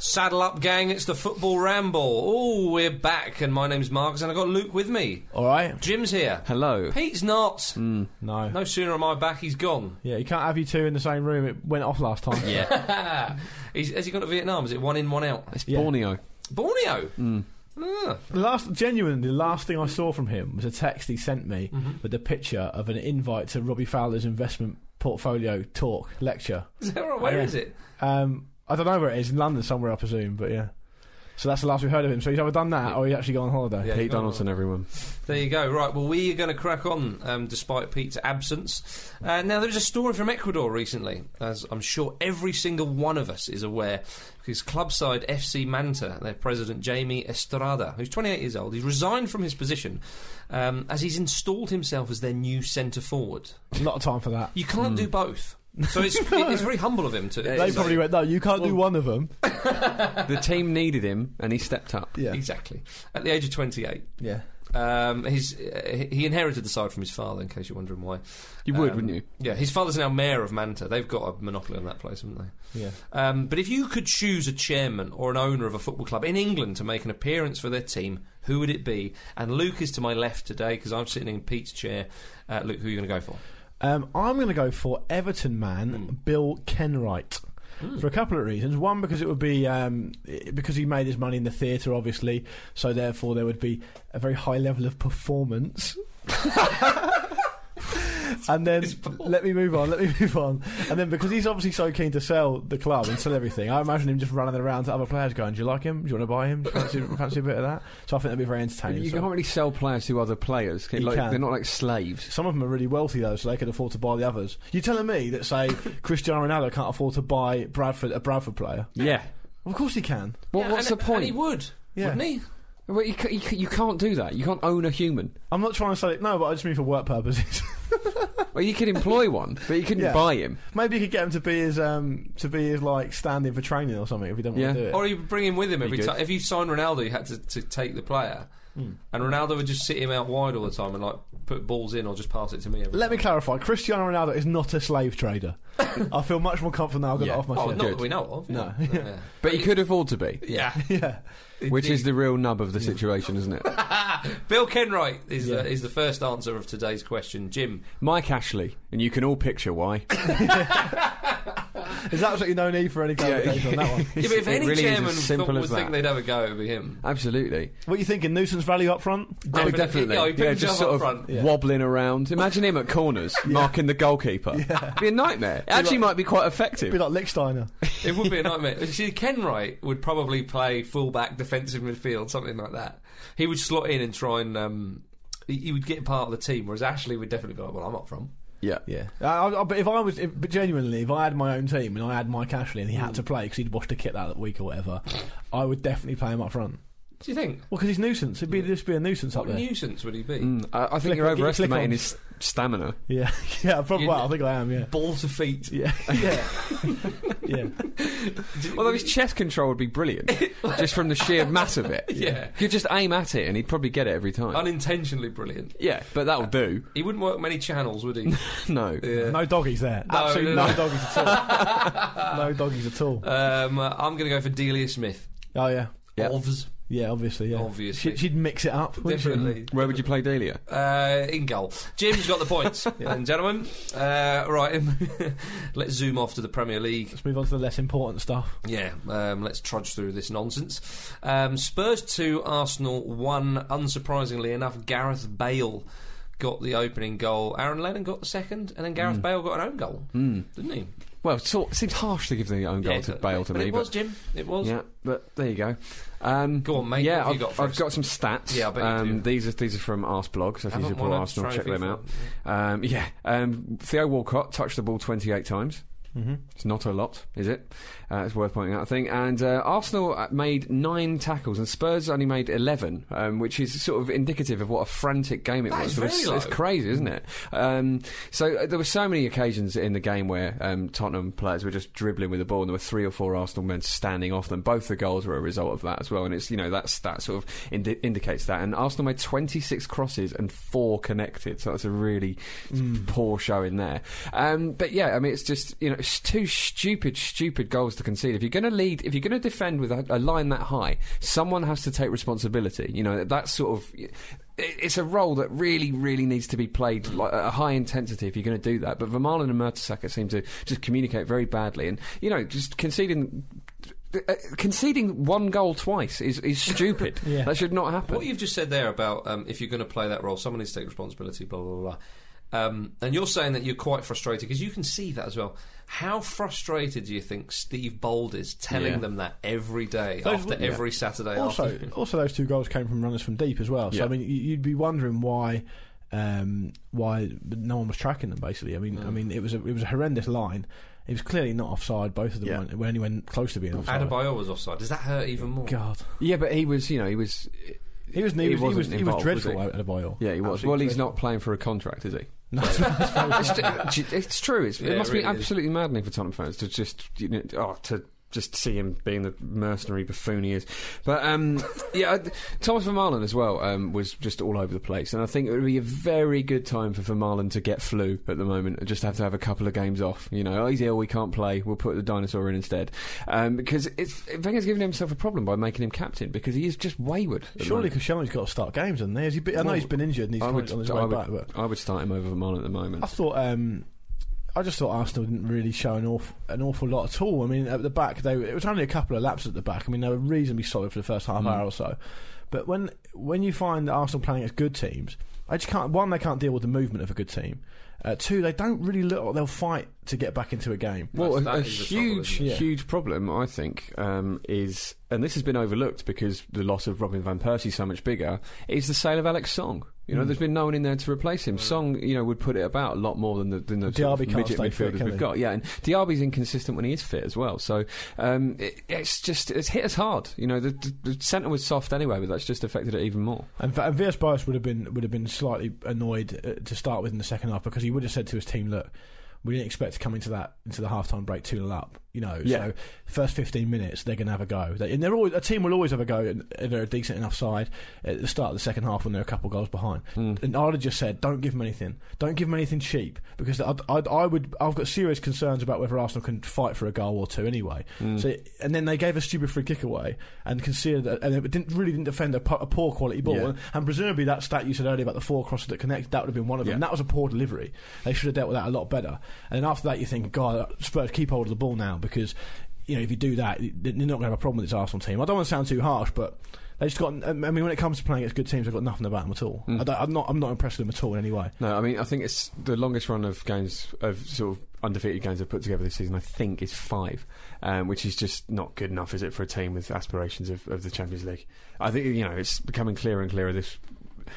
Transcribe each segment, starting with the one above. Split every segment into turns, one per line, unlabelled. Saddle up, gang. It's the football ramble. Oh, we're back, and my name's Marcus, and I've got Luke with me.
All right.
Jim's here.
Hello. Mm.
Pete's not.
No.
No sooner am I back, he's gone.
Yeah, you can't have you two in the same room. It went off last time.
Yeah.
He's, has he gone to Vietnam? Is it one in, one out?
It's Mm.
Yeah.
Borneo.
Borneo. Ah.
The last, genuinely, the last thing I saw from him was a text he sent me with a picture of an invite to Robbie Fowler's investment portfolio talk lecture.
Is that right? Where
Yeah.
is it?
Um, I don't know where it is in London somewhere, I presume. But yeah, so that's the last we heard of him. So he's either done that or he's actually gone on holiday.
Yeah,
Pete
go on.
Donaldson, everyone.
There you go. Right. Well, we are going to crack on um, despite Pete's absence. Uh, now, there's a story from Ecuador recently, as I'm sure every single one of us is aware, because club side FC Manta, their president Jamie Estrada, who's 28 years old, he's resigned from his position um, as he's installed himself as their new centre forward.
Not a time for that.
You can't do both. So it's, it's very humble of him to.
Hmm. They probably went, no, you can't do one of them.
The team needed him, and he stepped up.
Yeah.
Exactly. At the age of 28.
Yeah.
Um, his, uh, he inherited the side from his father, in case you're wondering why.
You would,
Um,
wouldn't you?
Yeah, his father's now mayor of Manta. They've got a monopoly on that place, haven't they?
Yeah.
Um, but if you could choose a chairman or an owner of a football club in England to make an appearance for their team, who would it be? And Luke is to my left today because I'm sitting in Pete's chair. Uh, Luke, who are you going to go for?
Um, I'm going to go for Everton man Bill Kenwright for a couple of reasons. One, because it would be um, i- because he made his money in the theatre, obviously, so therefore there would be a very high level of performance. and then let me move on. Let me move on. And then because he's obviously so keen to sell the club and sell everything, I imagine him just running around to other players, going, "Do you like him? Do you want to buy him? Do you fancy, fancy a bit of that?" So I think that'd be very entertaining.
You
So-
can't really sell players to other players.
You
Like,
can.
They're not like slaves.
Some of them are really wealthy though, so they can afford to buy the others. You're telling me that say Cristiano Ronaldo can't afford to buy Bradford a Bradford player?
Yeah.
Well, of course he can.
What,
Yeah,
what's
and-
the
And he
point?
would,
Yeah.
wouldn't he?
Well, you, ca- you, ca- you can't do that. You can't own a human.
I'm not trying to say it. No, but I just mean for work purposes.
Well, you could employ one, but you couldn't
Yeah.
buy him.
Maybe you could get him to be his um to be his like standing for training or something if he doesn't
Yeah.
want to do it.
Or you bring him with him every
good. Hmm.
time. If you signed Ronaldo, you had to, to take the player. And Ronaldo would just sit him out wide all the time and like put balls in or just pass it to me. Every
Let me
time.
clarify. Cristiano Ronaldo is not a slave trader. I feel much more confident now. I've got
Yeah.
it off my
Oh,
chest.
not that we know of.
No.
Yeah. yeah.
But he could afford to be,
Yeah.
Yeah.
which is the real nub of the situation, isn't it?
Bill Kenwright is
Yeah.
the, is the first answer of today's question. Jim,
Mike Ashley, and you can all picture why.
There's absolutely no need for any clarification on that one.
yeah, but if
It
any
really is as
chairman
simple
thought-
as
would think
that.
they'd have a go, it'd be him.
Absolutely.
What are you thinking? Nuisance value up front?
Oh,
Definitely.
definitely.
Yeah, he picked himself
just sort
up
of
front.
Yeah.
wobbling around. Imagine him at corners, marking the goalkeeper. Be a nightmare. It actually might be quite effective.
Be like Licksteiner.
It would be a nightmare. See, Kenwright would probably play fullback, defensive midfield, something like that. He would slot in and try and um, he, he would get part of the team, whereas Ashley would definitely be like, "Well, I'm not from."
yeah.
Yeah, Uh, I, I, but if I was, if, but genuinely, if I had my own team and I had Mike Ashley and he had to
Hmm.
play because he'd washed a kit that week or whatever, I would definitely play him up front.
Do you think?
Well, because he's nuisance. It'd be just be a nuisance up
What
there.
nuisance would he be?
Mm, I, I think
Click
you're
on- click on.
overestimating his stamina.
yeah, yeah. Probably.
You'd-
Well, I think I am. Yeah,
Ball to feet.
yeah, yeah, yeah.
Although his chest control would be brilliant, just from the sheer mass of it.
Yeah.
You just aim at it, and he'd probably get it every time.
Unintentionally brilliant.
yeah, but that'll do.
He wouldn't work many channels, would he?
No.
Yeah.
No doggies there.
No,
Absolutely
no,
no,
no.
doggies at all. no doggies at all.
Um, uh, I'm going to go for Delia Smith.
Oh yeah.
Yeah.
Ovs.
Yeah, obviously. Yeah.
Obviously.
She, she'd mix it up. wouldn't she?
Definitely.
Where would you play Delia?
Uh, in goal. Jim's got the points, ladies and gentlemen. Uh, right, let's zoom off to the Premier League.
Let's move on to the less important stuff.
Yeah, um, let's trudge through this nonsense. Um, Spurs 2, Arsenal 1. Unsurprisingly enough, Gareth Bale got the opening goal. Aaron Lennon got the second, and then
Hmm.
Gareth Bale got an own goal, mm. didn't he?
Well, it sort- seems harsh to give the own goal
Yeah,
to
but-
Bale to
but
me,
It was, Jim. It was.
yeah, but there you go. Um,
Go on, mate,
Yeah,
what have
I've,
you got for
I've
us?
got some stats.
Yeah, I bet you
um,
do.
These are these are from Arsblog, so if you
Haven't won
support
a
Arsenal, check
trophy
them
for-
out. Um, yeah, um, Theo Walcott touched the ball 28 times.
Mm-hmm.
It's not a lot, is it? Uh, it's worth pointing out, I think. And uh, Arsenal uh, made nine tackles, and Spurs only made 11, um, which is sort of indicative of what a frantic game it
That
was.
is
It was-
very
it's
low.
crazy, isn't it? Um, so uh, there were so many occasions in the game where um, Tottenham players were just dribbling with the ball, and there were three or four Arsenal men standing off them. Both the goals were a result of that as well, and it's you know that's that sort of indi- indicates that. And Arsenal made 26 crosses and four connected, so that's a really poor showing there. Um, but yeah, I mean it's just you know it's two stupid, stupid goals to concede. If you're going to lead, if you're going to defend with a, a line that high, someone has to take responsibility. You know that's sort of it- it's a role that really, really needs to be played like, at a high intensity if you're going to do that. But Vermaelen and Mertesacker seem to just communicate very badly, and you know, just conceding. Uh, conceding one goal twice is, is stupid.
Yeah.
That should not happen.
What you've just said there about um, if you're going to play that role, someone needs to take responsibility, blah, blah, blah. Um, and you're saying that you're quite frustrated because you can see that as well. How frustrated do you think Steve Bold is telling
Yeah.
them that every day
Those-
after
yeah.
every Saturday
Also,
afternoon?
also those two goals came from runners from deep as well. So
Yeah.
I mean, you- you'd be wondering why, um, why no one was tracking them. Basically, I mean,
Mm.
I mean, it was a, it was a horrendous line. It was clearly not offside. Both of them
Yeah.
weren't, weren't anywhere close to being offside.
Adebayor was offside. Does that hurt even more?
God,
yeah, but he was, you know, he was.
he was he,
He
was, he was,
wasn't
he was
involved, was
dreadful
he?
at Adebayor.
Yeah, he was.
Absolutely
well, he's
dreadful.
not playing for a contract, is he?
No, it's- it's very-
it's, Uh, it's true. It's,
Yeah,
it must
it
be
really is.
absolutely maddening for Tottenham fans to just you know, oh, to just see him being the mercenary buffoon he is. But um, yeah, I- Thomas Vermaelen as well um, was just all over the place, and I think it would be a very good time for Vermaelen to get flu at the moment and just have to have a couple of games off. You know, oh, he's ill, we can't play. We'll put the dinosaur in instead um, because it's Wenger's giving himself a problem by making him captain because he is just wayward. at the
Surely
moment.
Koscielny's got to start games, hasn't he? Has he been, I know
Well,
he's been injured and he's
I
on
would,
his way
I,
back,
would,
but
I would start him over Vermaelen at the moment.
I thought um, I just thought Arsenal didn't really show an awful, an awful lot at all. I mean, at the back, they it was only a couple of laps at the back. I mean, they were reasonably solid for the first
Mm.
half hour or so. But when when you find Arsenal playing against good teams, I just can't. One, they can't deal with the movement of a good team. Uh, two, they don't really look like they'll fight to get back into a game.
Well,
That's-
a,
that
a
is the trouble,
huge,
isn't
it? Yeah.
huge problem, I think, um, is, and this has been overlooked because the loss of Robin van Persie is so much bigger, is the sale of Alex Song. You
Hmm.
know, there's been no one in there to replace him. Song, you know, would put it about a lot more than the, than the sort
Diaby
of
can't
midget
stay fit,
midfielders
can
we've
he?
got. Yeah, and Diaby's inconsistent when he is fit as well. So um, it, it's just it's hit us hard. You know, the, the, the centre was soft anyway, but that's just affected it even more.
And, and Villas Boas would have been would have been slightly annoyed uh, to start with in the second half because he would have said to his team, "Look, we didn't expect to come into that into the halftime break two 0 up. You know,
Yeah.
so first fifteen minutes they're going to have a go, they, and they're always, a team will always have a go. And if they're a decent enough side at the start of the second half when they're a couple goals behind. And I'd have just said, don't give them anything, don't give them anything cheap because I'd, I'd, I would I've got serious concerns about whether Arsenal can fight for a goal or two anyway. So and then they gave a stupid free kick away and conceded that, and it didn't really didn't defend a, po- a poor quality ball.
Yeah.
And presumably that stat you said earlier about the four crosses that connect, that would have been one of them.
Yeah.
That was a poor delivery. They should have dealt with that a lot better. And then after that, you think, God, Spurs keep hold of the ball now because you know if you do that, they're not going to have a problem with this Arsenal team. I don't want to sound too harsh, but they just got. I mean, when it comes to playing against good teams, they've got nothing about them at all. I don't, I'm not. I'm not impressed with them at all in any way.
No, I mean, I think it's the longest run of games, of sort of undefeated games I've put together this season, I think, is five, um, which is just not good enough, is it, for a team with aspirations of, of the Champions League? I think, you know, it's becoming clearer and clearer this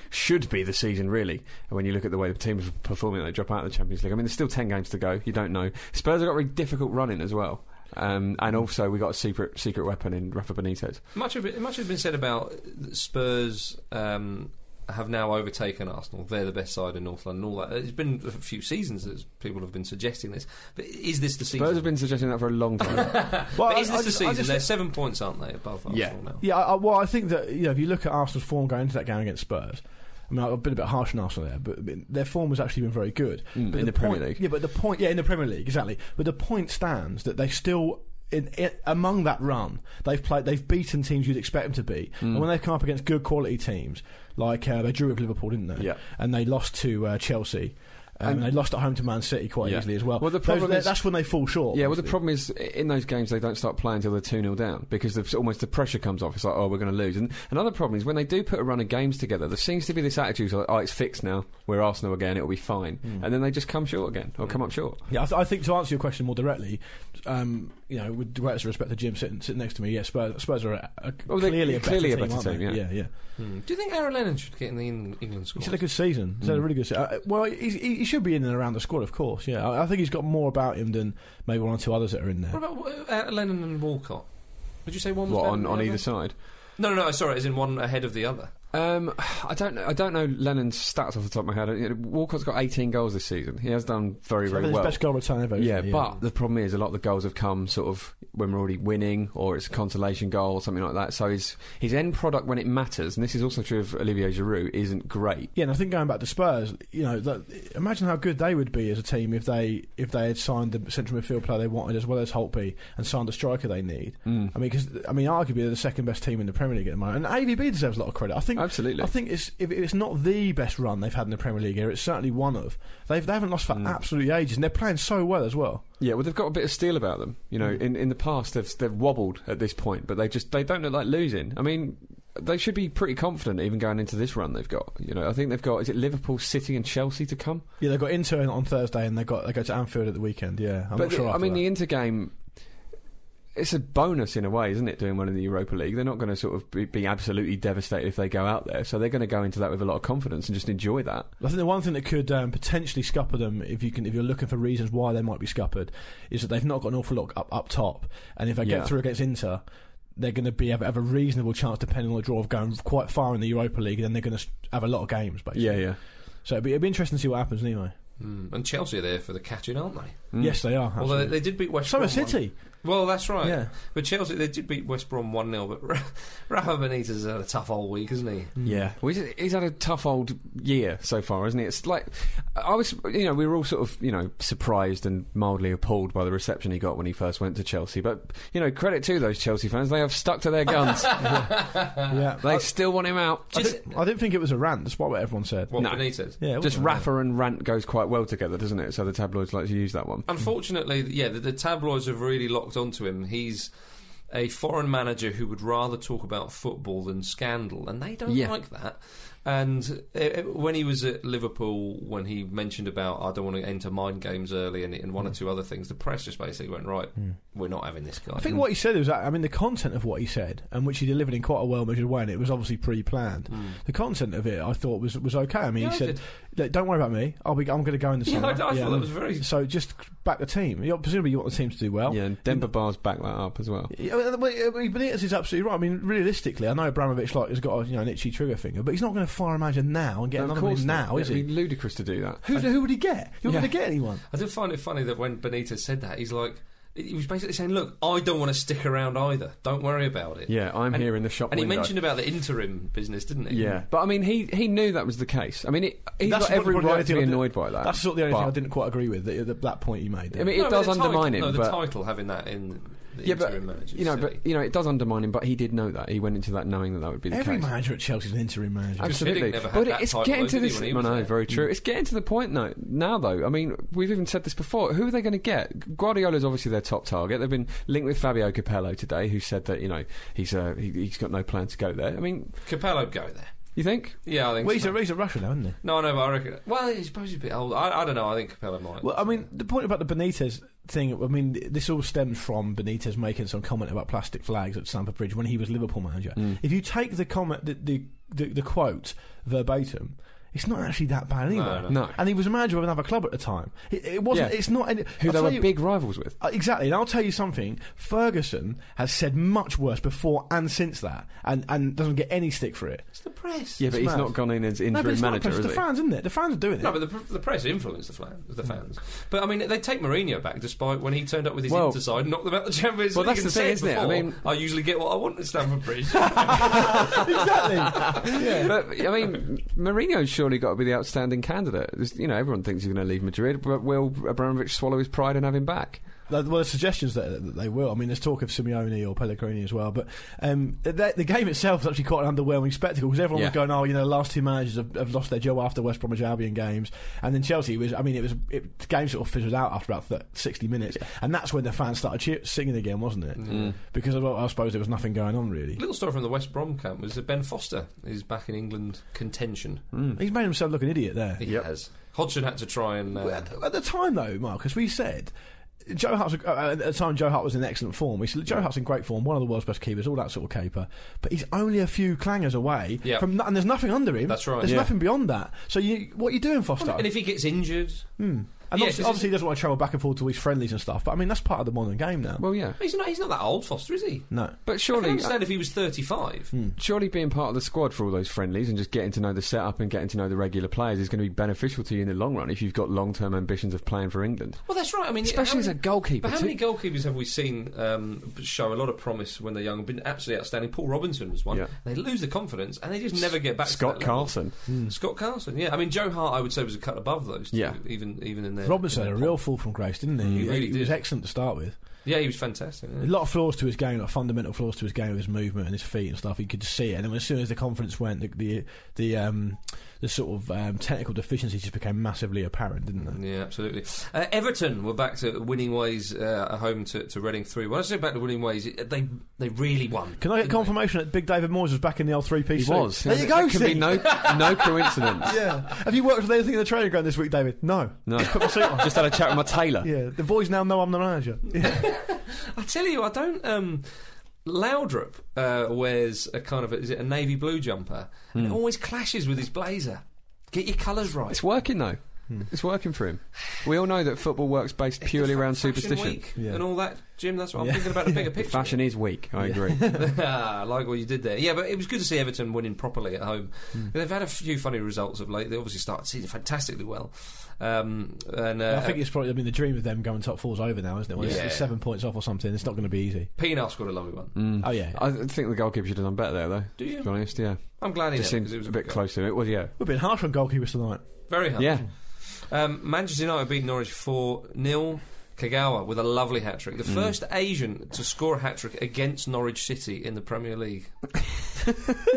should be the season, really, And when you look at the way the team is performing, they drop out of the Champions League. I mean, there's still 10 games to go, you don't know. Spurs have got a really difficult run in as well. Um, and also, we got a secret secret weapon in Rafa Benitez.
Much of it, much has been said about Spurs um, have now overtaken Arsenal. They're the best side in North London. All that. It's been a few seasons that people have been suggesting this. But is this the season?
Spurs have been suggesting that for a long time.
Well,
but is this
I- I
the
just- I
season?
just-
They're seven points, aren't they, above Arsenal
Yeah.
now?
Yeah, I, I- well, I think that you know if you look at Arsenal's form going into that game against Spurs, I mean I've been a bit harsh on Arsenal there, but but their form has actually been very good
Mm,
But
in the Premier
point-
League.
Yeah, but the point, yeah, in the Premier League, exactly. But the point stands that they still. in, in, among that run, they've played, they've beaten teams you'd expect them to beat,
Mm.
and when they've come up against good quality teams, like uh, they drew with Liverpool, didn't they?
Yeah.
and they lost to uh, Chelsea, um, and, they lost at home to Man City quite
Yeah.
easily as well.
Well, the
Those-
problem
that-
is-
that's when they fall short.
Yeah, well, the
obviously.
problem is i- in those games they don't start playing until they're 2 0 down because the, almost the pressure comes off. It's like, oh, we're going to lose. And another problem is when they do put a run of games together, there seems to be this attitude like, oh, it's fixed now. We're Arsenal again. It'll be fine.
Hmm.
And then they just come short again or come up short.
Yeah, I, th- I think to answer your question more directly, um, you know, with the greatest respect to Jim sitting, sitting next to me, yeah, Spurs, Spurs are a, a-
Well, they're
clearly, a better
clearly a
team,
better
aren't they?
team, yeah.
yeah, yeah.
Hmm. Do you think Aaron Lennon should get in the Eng- England
He's
squad?
had a good season. He's had
Mm.
a really good season. Uh, well, he's, he he should be in and around the squad, of course. Yeah, I, I think he's got more about him than maybe one or two others that are in there.
What about uh, Aaron Lennon and Walcott? Would you say one was
What,
better
on,
than the
on
other?
either side?
No, no, no. Sorry, as in one ahead of the other.
Um, I don't know. I don't know Lennon's stats off the top of my head. You know, Walcott's got 18 goals this season. He has done very,
I think
very
his
well.
best goal return ever. isn't
Yeah,
it?
but the problem is a lot of the goals have come sort of when we're already winning, or it's a consolation goal or something like that. So his his end product when it matters, and this is also true of Olivier Giroud, isn't great.
yeah, and I think going back to Spurs, you know, that, imagine how good they would be as a team if they if they had signed the central midfield player they wanted as well as Holtby and signed the striker they need.
Hmm.
I mean, because I mean, arguably they're the second best team in the Premier League at the moment, and AVB deserves a lot of credit. I think
Absolutely.
I think it's if it's not the best run they've had in the Premier League here, it's certainly one of. They've they haven't lost
Hmm.
for absolutely ages, and they're playing so well as well.
Yeah, well, they've got a bit of steel about them. You know, in, in the past they've they've wobbled at this point, but they just they don't look like losing. I mean, they should be pretty confident even going into this run they've got. You know, I think they've got is it Liverpool, City, and Chelsea to come.
Yeah, they've got Inter on Thursday, and they got they go to Anfield at the weekend. Yeah, I'm
but
not sure.
the- I
after
mean,
that.
the Inter game. It's a bonus in a way, isn't it? Doing well in the Europa League, they're not going to sort of be, be absolutely devastated if they go out there. So they're going to go into that with a lot of confidence and just enjoy that.
I think the one thing that could um, potentially scupper them, if you can, if you're looking for reasons why they might be scuppered, is that they've not got an awful lot up up top, and if they
Yeah.
get through against Inter, they're going to be have, have a reasonable chance, depending on the draw, of going quite far in the Europa League. And then they're going to have a lot of games, basically.
yeah.
So it'd be, it'd be interesting to see what happens, anyway.
Hmm. And Chelsea are there for the catching, aren't they?
Mm.
Yes, they are.
Although they,
absolutely.
they did beat West.
so are
Brom one-
City.
Well, that's right.
Yeah.
But Chelsea, they did beat West Brom 1 0. But Ra- Rafa Benitez has had a tough old week, hasn't he?
Yeah, well, he's, Mm. he's had a tough old year so far, isn't he? It's like I was, you know, we were all sort of, you know, surprised and mildly appalled by the reception he got when he first went to Chelsea. But you know, credit to those Chelsea fans; they have stuck to their guns.
yeah,
they still want him out.
I,
Uh, Just,
didn't, I didn't think it was a rant, despite what everyone said.
what,
No.
Benitez?
Yeah, it
Just
wasn't a rant.
Rafa and rant goes quite well together, doesn't it? So the tabloids like to use that one.
Unfortunately, yeah, the, the tabloids have really locked onto him. He's a foreign manager who would rather talk about football than scandal, and they don't
Yeah.
like that. And uh, uh, when he was at Liverpool, when he mentioned about I don't want to enter mind games early and, and one
Mm.
or two other things, the press just basically went right. We're not having this guy.
I
Mm.
think what he said was, that- I mean, the content of what he said and which he delivered in quite a well measured way, and it was obviously pre-planned.
Mm.
The content of it, I thought, was was okay. I mean,
Yeah,
he
I
said, "Look, "Don't worry about me. I'll be. I'm going to go in the
Yeah,
summer."
I- I thought that was very-
So just back the team. You- Presumably, you want the teams to do well.
Yeah, and Denver bars back that up as well.
Yeah, well, well, I mean, Benitez is absolutely right. I mean, realistically, I know Abramovich like has got a, you know an itchy trigger finger, but he's not going to fire a manager now and get
No,
another one in now,
not.
is
It'd
he?
be ludicrous to do that.
Who, who would he get? You're not
Yeah.
going to get anyone.
I did find it funny that when Benitez said that, he's like, he was basically saying, "Look, I don't want to stick around either. Don't worry about it."
Yeah, I'm
And-
here in the shop
And he
window.
mentioned about the interim business, didn't he?
Yeah, but I mean, he he knew that was the case. I mean, it, he's
That's
got every
probably the
right
only
to
thing
be
I did-
annoyed by that.
That's sort of the only
But-
thing I didn't quite agree with that, that, that point you made.
I mean, it
No, but
does
the title-
undermine
No,
him.
the
but
title having that in the
yeah,
interim
but
manager.
you know, but you know, it does undermine him. But he did know that. He went into that knowing that that would be the
every
case.
manager at Chelsea is an interim manager.
Absolutely,
Fiddink never had
but
that
it's
title,
getting
though,
to
did he,
this.
when he
I
was
know,
there?
very true. It's getting to the point now. Now, though, I mean, we've even said this before. Who are they going to get? Guardiola's obviously their top target. They've been linked with Fabio Capello today, who said that you know he's uh, he, he's got no plan to go there. I mean,
Capello go there.
you think?
Yeah, I think.
Well, he's
so.
a, he's a Russian now, isn't he?
no, I know, but I reckon. Well, he's supposed to be old. I, I don't know. I think Capello might.
Well, I mean, the point about the Benitez thing, I mean, th- this all stems from Benitez making some comment about plastic flags at Stamford Bridge when he was Liverpool manager.
Mm.
If you take the comment, the, the, the, the quote verbatim, it's not actually that bad anyway.
No, no.
No.
And he was a manager of another club at the time. It, it wasn't,
Yeah.
it's not. Any,
Who
I'll
they
tell
were
you-
big rivals with?
uh, Exactly, and I'll tell you something. Ferguson has said much worse before and since that, and, and doesn't get any stick for it.
it's the press.
Yeah, but he's
mad.
not gone in as
no,
interim
but it's not
manager,
press,
is
the
he?
fans, isn't it? The fans are doing it.
No, but the, pr- the press influenced the, flan,
Hmm.
the fans. But I mean, they take Mourinho back despite when he turned up with his
Well-
Inter side and knocked them out of the Champions
Well,
League.
that's
and
the thing,
said
isn't it? I
before,
mean-
I usually get what I want at Stamford Bridge.
exactly. Yeah.
but I mean, Mourinho's surely got to be the outstanding candidate. There's- You know, everyone thinks he's going to leave Madrid, but will Abramovich swallow his pride and have him back?
Well, the suggestions that, that they will. I mean, there's talk of Simeone or Pellegrini as well, but um, the, the game itself is actually quite an underwhelming spectacle because everyone
Yeah.
was going, "Oh, you know, the last two managers have, have lost their job after West Bromwich Albion games," and then Chelsea was. I mean, it was it, the game sort of fizzled out after about th- 60 minutes, and that's when the fans started cheer- singing again, wasn't it? Because well, I suppose there was nothing going on really.
Little story from the West Brom camp was that Ben Foster is back in England contention.
Hmm,
He's made himself look an idiot there.
He has. Hodgson had to try and.
Well,
Uh,
at, the, at the time, though, Marcus, we said Joe Hart's uh, at the time Joe Hart was in excellent form. We said Joe Hart's in great form, one of the world's best keepers, all that sort of caper. But he's only a few clangers away
Yeah.
from, no- and there's nothing under him.
That's right.
There's
Yeah.
nothing beyond that. So you, what are you doing, Foster?
and if he gets injured,
Hmm.
And
Yeah, 'cause
obviously,
it's-
obviously he doesn't want to travel back and forth to his friendlies and stuff. But I mean, that's part of the modern game now.
Well, yeah.
he's not. He's not that old, Foster, is he?
no.
But
I can
surely, uh,
understand if he was thirty-five.
surely being part of the squad for all those friendlies and just getting to know the setup and getting to know the regular players is going to be beneficial to you in the long run if you've got long-term ambitions of playing for England.
Well, that's right. I mean,
Especially
how
as a goalkeeper,
But how
too.
many goalkeepers have we seen um, show a lot of promise when they're young? Been absolutely outstanding. Paul Robinson was one.
Yeah.
They lose the confidence and they just never get back.
Scott
to that level.
Carlson.
Scott Carlson. Yeah, I mean Joe Hart. I would say was a cut above those. Two,
Yeah.
even even in their
Robinson
in
had
their
a real fall from grace, didn't he?
Mm, He really
was
did.
excellent to start with.
Yeah, he was fantastic.
A
yeah.
lot of flaws to his game, like fundamental flaws to his game, with his movement and his feet and stuff. He could see it, and then as soon as the conference went, the the, the um the sort of um, technical deficiencies just became massively apparent, didn't they?
Yeah, absolutely. Uh, Everton were back to winning ways uh, at home to, to Reading 3. When I say back to winning ways, it- they they really won.
Can I get confirmation that Big David Moyes was back in the L three
He
piece?
was.
There you go.
It can be
Steve.
no, no coincidence.
yeah. Have you worked with anything in the training ground this week, David? No.
No.
Put my suit on.
Just had a chat with my tailor.
yeah. The boys now know I'm the manager. Yeah.
I tell you, I don't. Um, Loudrup uh, wears a kind of a, is it a navy blue jumper, and it always clashes with his blazer. Get your colours right.
Hmm. It's working though. It's working for him. We all know that football works based purely
It's
around
Fashion
superstition.
Week
Yeah.
and all that, Jim. That's what I'm thinking about the bigger picture.
Fashion is weak. I agree.
Ah, I like what you did there. Yeah, but it was good to see Everton winning properly at home. They've had a few funny results of late. They obviously started the season fantastically well, um, and uh,
I think it's probably. I mean, the dream of them going top four's over now, isn't it? Well, it's-
Yeah.
it's seven points off or something. It's not going to be easy.
Pienaar scored a lovely one.
Oh yeah.
Mm. I th- think the goalkeeper should have done better there, though.
Do you?
To be honest, yeah.
I'm glad he
Just
did,
seemed
because it was
a bit
good goal.
close to it. Well, yeah.
We've been harsh on goalkeepers tonight.
Very hard.
Yeah.
Um, Manchester United beat Norwich 4 0. Kagawa with a lovely hat trick. The first Asian to score a hat trick against Norwich City in the Premier League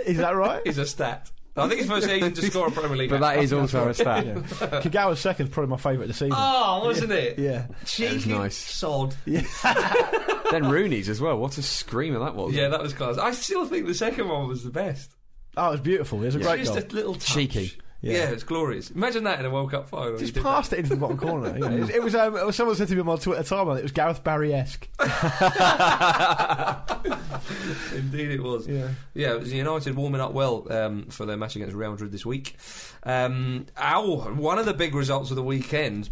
Is that right?
is a stat. I think it's the first Asian to score a Premier League
But
hat
that is also a stat.
yeah. Kagawa's second, probably my favourite this season.
Oh, wasn't it?
Yeah.
Cheeky
nice.
sod.
then Rooney's as well. What a screamer that was.
Yeah, that was class. I still think the second one was the best.
Oh, it was beautiful. It was a great
Just
goal.
a little touch.
Cheeky.
Yeah.
Yeah.
it's glorious. Imagine that in a World Cup final. You
Just
did
passed it into the bottom corner. Yeah. It was, it was, um, someone said to me on my Twitter timeline, it was Gareth Barry esque.
that. Indeed, it was.
Yeah.
Yeah, it was United warming up well um, for their match against Real Madrid this week. Um, ow, one of the big results of the weekend.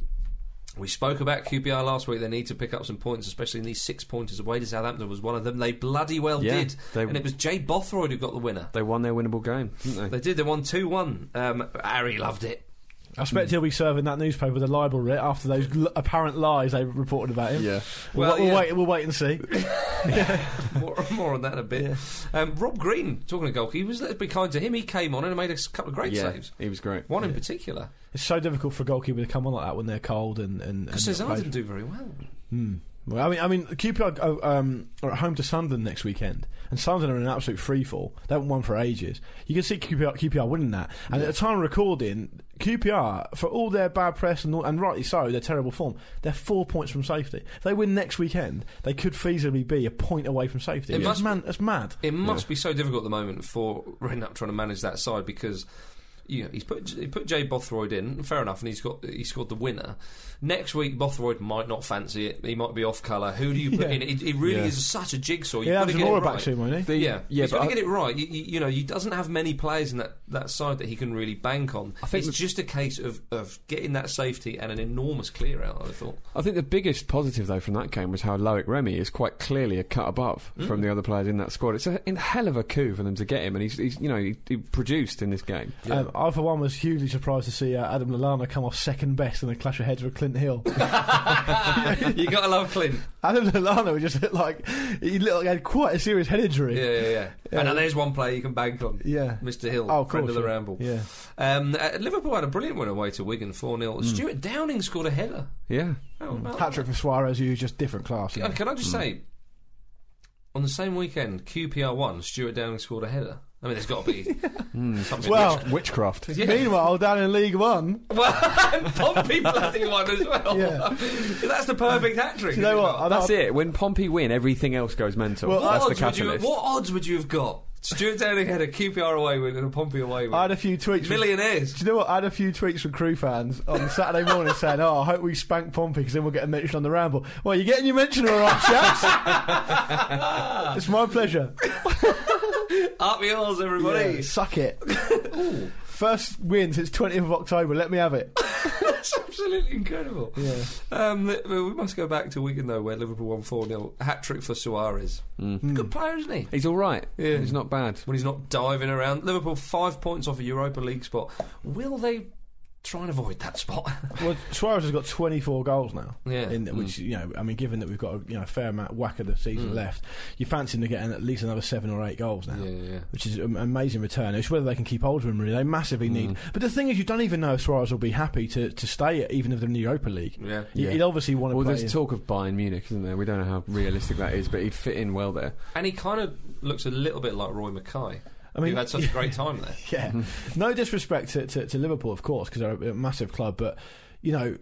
We spoke about QPR last week. They need to pick up some points, especially in these six pointers away to Southampton was one of them. They bloody well
Yeah,
did,
they-
and it was Jay Bothroyd who got the winner.
They won their winnable game, didn't they?
They did. They won two one. Um, Harry loved it.
I expect he'll be serving that newspaper the libel writ after those l- apparent lies they reported about him.
Yeah.
We'll,
Well,
we'll
yeah.
wait. We'll wait and see.
More, more on that in a bit. Um, Rob Green, talking to goalkeepers, let's be kind to him. He came on and made a s- couple of great
yeah.
saves.
He was great.
One in particular.
It's so difficult for a goalkeeper to come on like that when they're cold and and.
Because
and
Cesar didn't do very well.
Well, I mean, I mean, QPR go, um, are at home to Sunderland next weekend, and Sunderland are in an absolute freefall. They haven't won for ages. You can see QPR, QPR winning that. And at the time of recording, QPR, for all their bad press and, all, and rightly so, their terrible form, they're four points from safety. If they win next weekend, they could feasibly be a point away from safety.
It
That's
must-
man, that's mad.
It must be so difficult at the moment for Redknapp trying to manage that side because you know, he's put he put Jay Bothroyd in, fair enough, and he's got he scored the winner. Next week, Bothroyd might not fancy it. He might be off colour. Who do you put
Yeah.
in? It, it really
Yeah.
is such a jigsaw. You've
Yeah,
got to
Anderson
get it
Laura
right.
back soon, won't he?
The-
yeah,
yeah,
he's
but
got to
I-
get it right. You, you, you know, he doesn't have many players in that, that side that he can really bank on. I
think
think it's just a case of, of getting that safety and an enormous clear out. I thought.
I think the biggest positive though from that game was how Loic Remy is quite clearly a cut above
Hmm.
from the other players in that squad. It's a, in hell of a coup for them to get him, and he's, he's you know he, he produced in this game.
Um, I, I, for one, was hugely surprised to see uh, Adam Lallana come off second best in the clash of heads with Clint Hill.
you gotta love Clint.
Adam Lallana just looked like he looked like he had quite a serious head injury.
Yeah, yeah, yeah. And now there's one player you can bank on.
Yeah.
Mr. Hill,
Oh, of
friend
course,
of the
yeah.
ramble.
Yeah.
Um, uh, Liverpool had a brilliant win away to Wigan, 4 0.
Mm.
Stuart Downing scored a header.
Yeah.
Oh, well.
Hat trick for Suarez, who's just different class.
And can I
Mm.
just say, on the same weekend, QPR won, Stuart Downing scored a header. I mean, there's got to be something.
Mm. Well-
Witchcraft.
Yeah.
Meanwhile, down in League One,
well, and Pompey bloody won as well.
Yeah.
That's the perfect hat trick.
you know what? I-
That's it. When Pompey win, everything else goes mental.
Well,
That's the
What odds, would you,
catalyst.
what odds would you have got? Stuart Downing had a QPR away win and a Pompey away win.
I had a few tweets. from-
Millionaires.
do you know what? I had a few tweets from crew fans on Saturday morning saying, "Oh, I hope we spank Pompey because then we'll get a mention on the ramble." Well, you're getting your mention, all right, chaps. it's my pleasure.
Up yours, everybody.
Yeah, suck it. First win since 20th of October. Let me have it.
That's absolutely incredible.
Yeah.
Um, li- well, we must go back to Wigan, though, where Liverpool won 4 0. Hat trick for Suarez.
Hmm.
Good player, isn't he?
He's all right.
Yeah.
He's not bad.
When he's not diving around. Liverpool, five points off a Europa League spot. Will they try and avoid that spot?
Well, Suarez has got 24 goals now.
Yeah.
In,
Mm.
which you know, I mean, given that we've got a you know, fair amount whack of the season left, you fancy them to get at least another seven or eight goals now.
yeah.
Which is an amazing return. It's whether they can keep hold of him, really. They massively
Mm.
need. But the thing is, you don't even know if Suarez will be happy to, to stay, even if they're in the Europa League.
Yeah.
He-
Yeah.
He'd obviously want to
Well,
play.
there's
in-
talk of Bayern Munich, isn't there? We don't know how realistic that is, but he'd fit in well there.
And he kind of looks a little bit like Roy Mackay.
I mean-
who had such a great time there.
Yeah. no disrespect to, to, to Liverpool, of course, because they're a massive club. But, you know,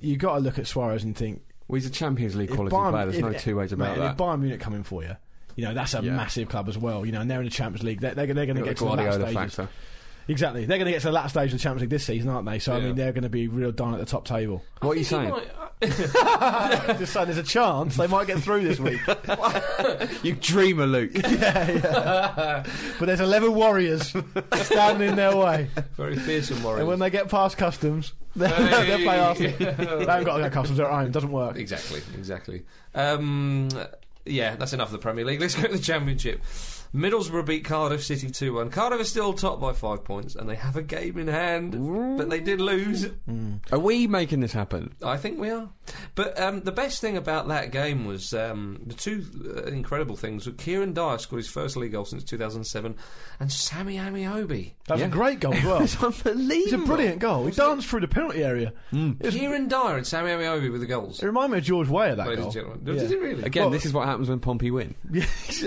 you got to look at Suarez and think,
Well, he's a Champions League
If
quality
Bayern-
player. There's
if-
no two ways about
mate, and
that.
If Bayern Munich coming for you, you know that's a
Yeah.
massive club as well. You know, and they're in the Champions League. They're, they're, they're going to
You've got
get
the
to the last
Guardiola
stages.
factor.
Exactly, they're going to get to the last stage of the Champions League this season, aren't they? So I
Yeah.
mean, they're going to be real down at the top table.
What are you
He
saying?
might- uh,
Just saying, there's a chance they might get through this week. but
You dreamer, Luke.
there's eleven warriors standing in their way,
very fearsome warrior.
and when they get past customs, they're, they're play Arsenal. They haven't got to go customs they're at home. Doesn't work.
Exactly, exactly. Um, yeah, that's enough of the Premier League. Let's go to the Championship. Middlesbrough beat Cardiff City 2 1. Cardiff is still top by five points and they have a game in hand, but they did lose.
Are we making this happen?
I think we are. But um, the best thing about that game was um, the two uh, incredible things were Kieran Dyer scored his first league goal since 2007 and Sammy Amiobi.
That was a
Yeah.
great goal as well.
It's Hmm. unbelievable.
It's a brilliant goal. He danced through the penalty area.
Kieran Dyer and Sammy Amiobi with the goals.
It reminded me of George Weah that
Ladies
goal.
and gentlemen. Did it really?
Again,
Well-
this is what happens when Pompey win.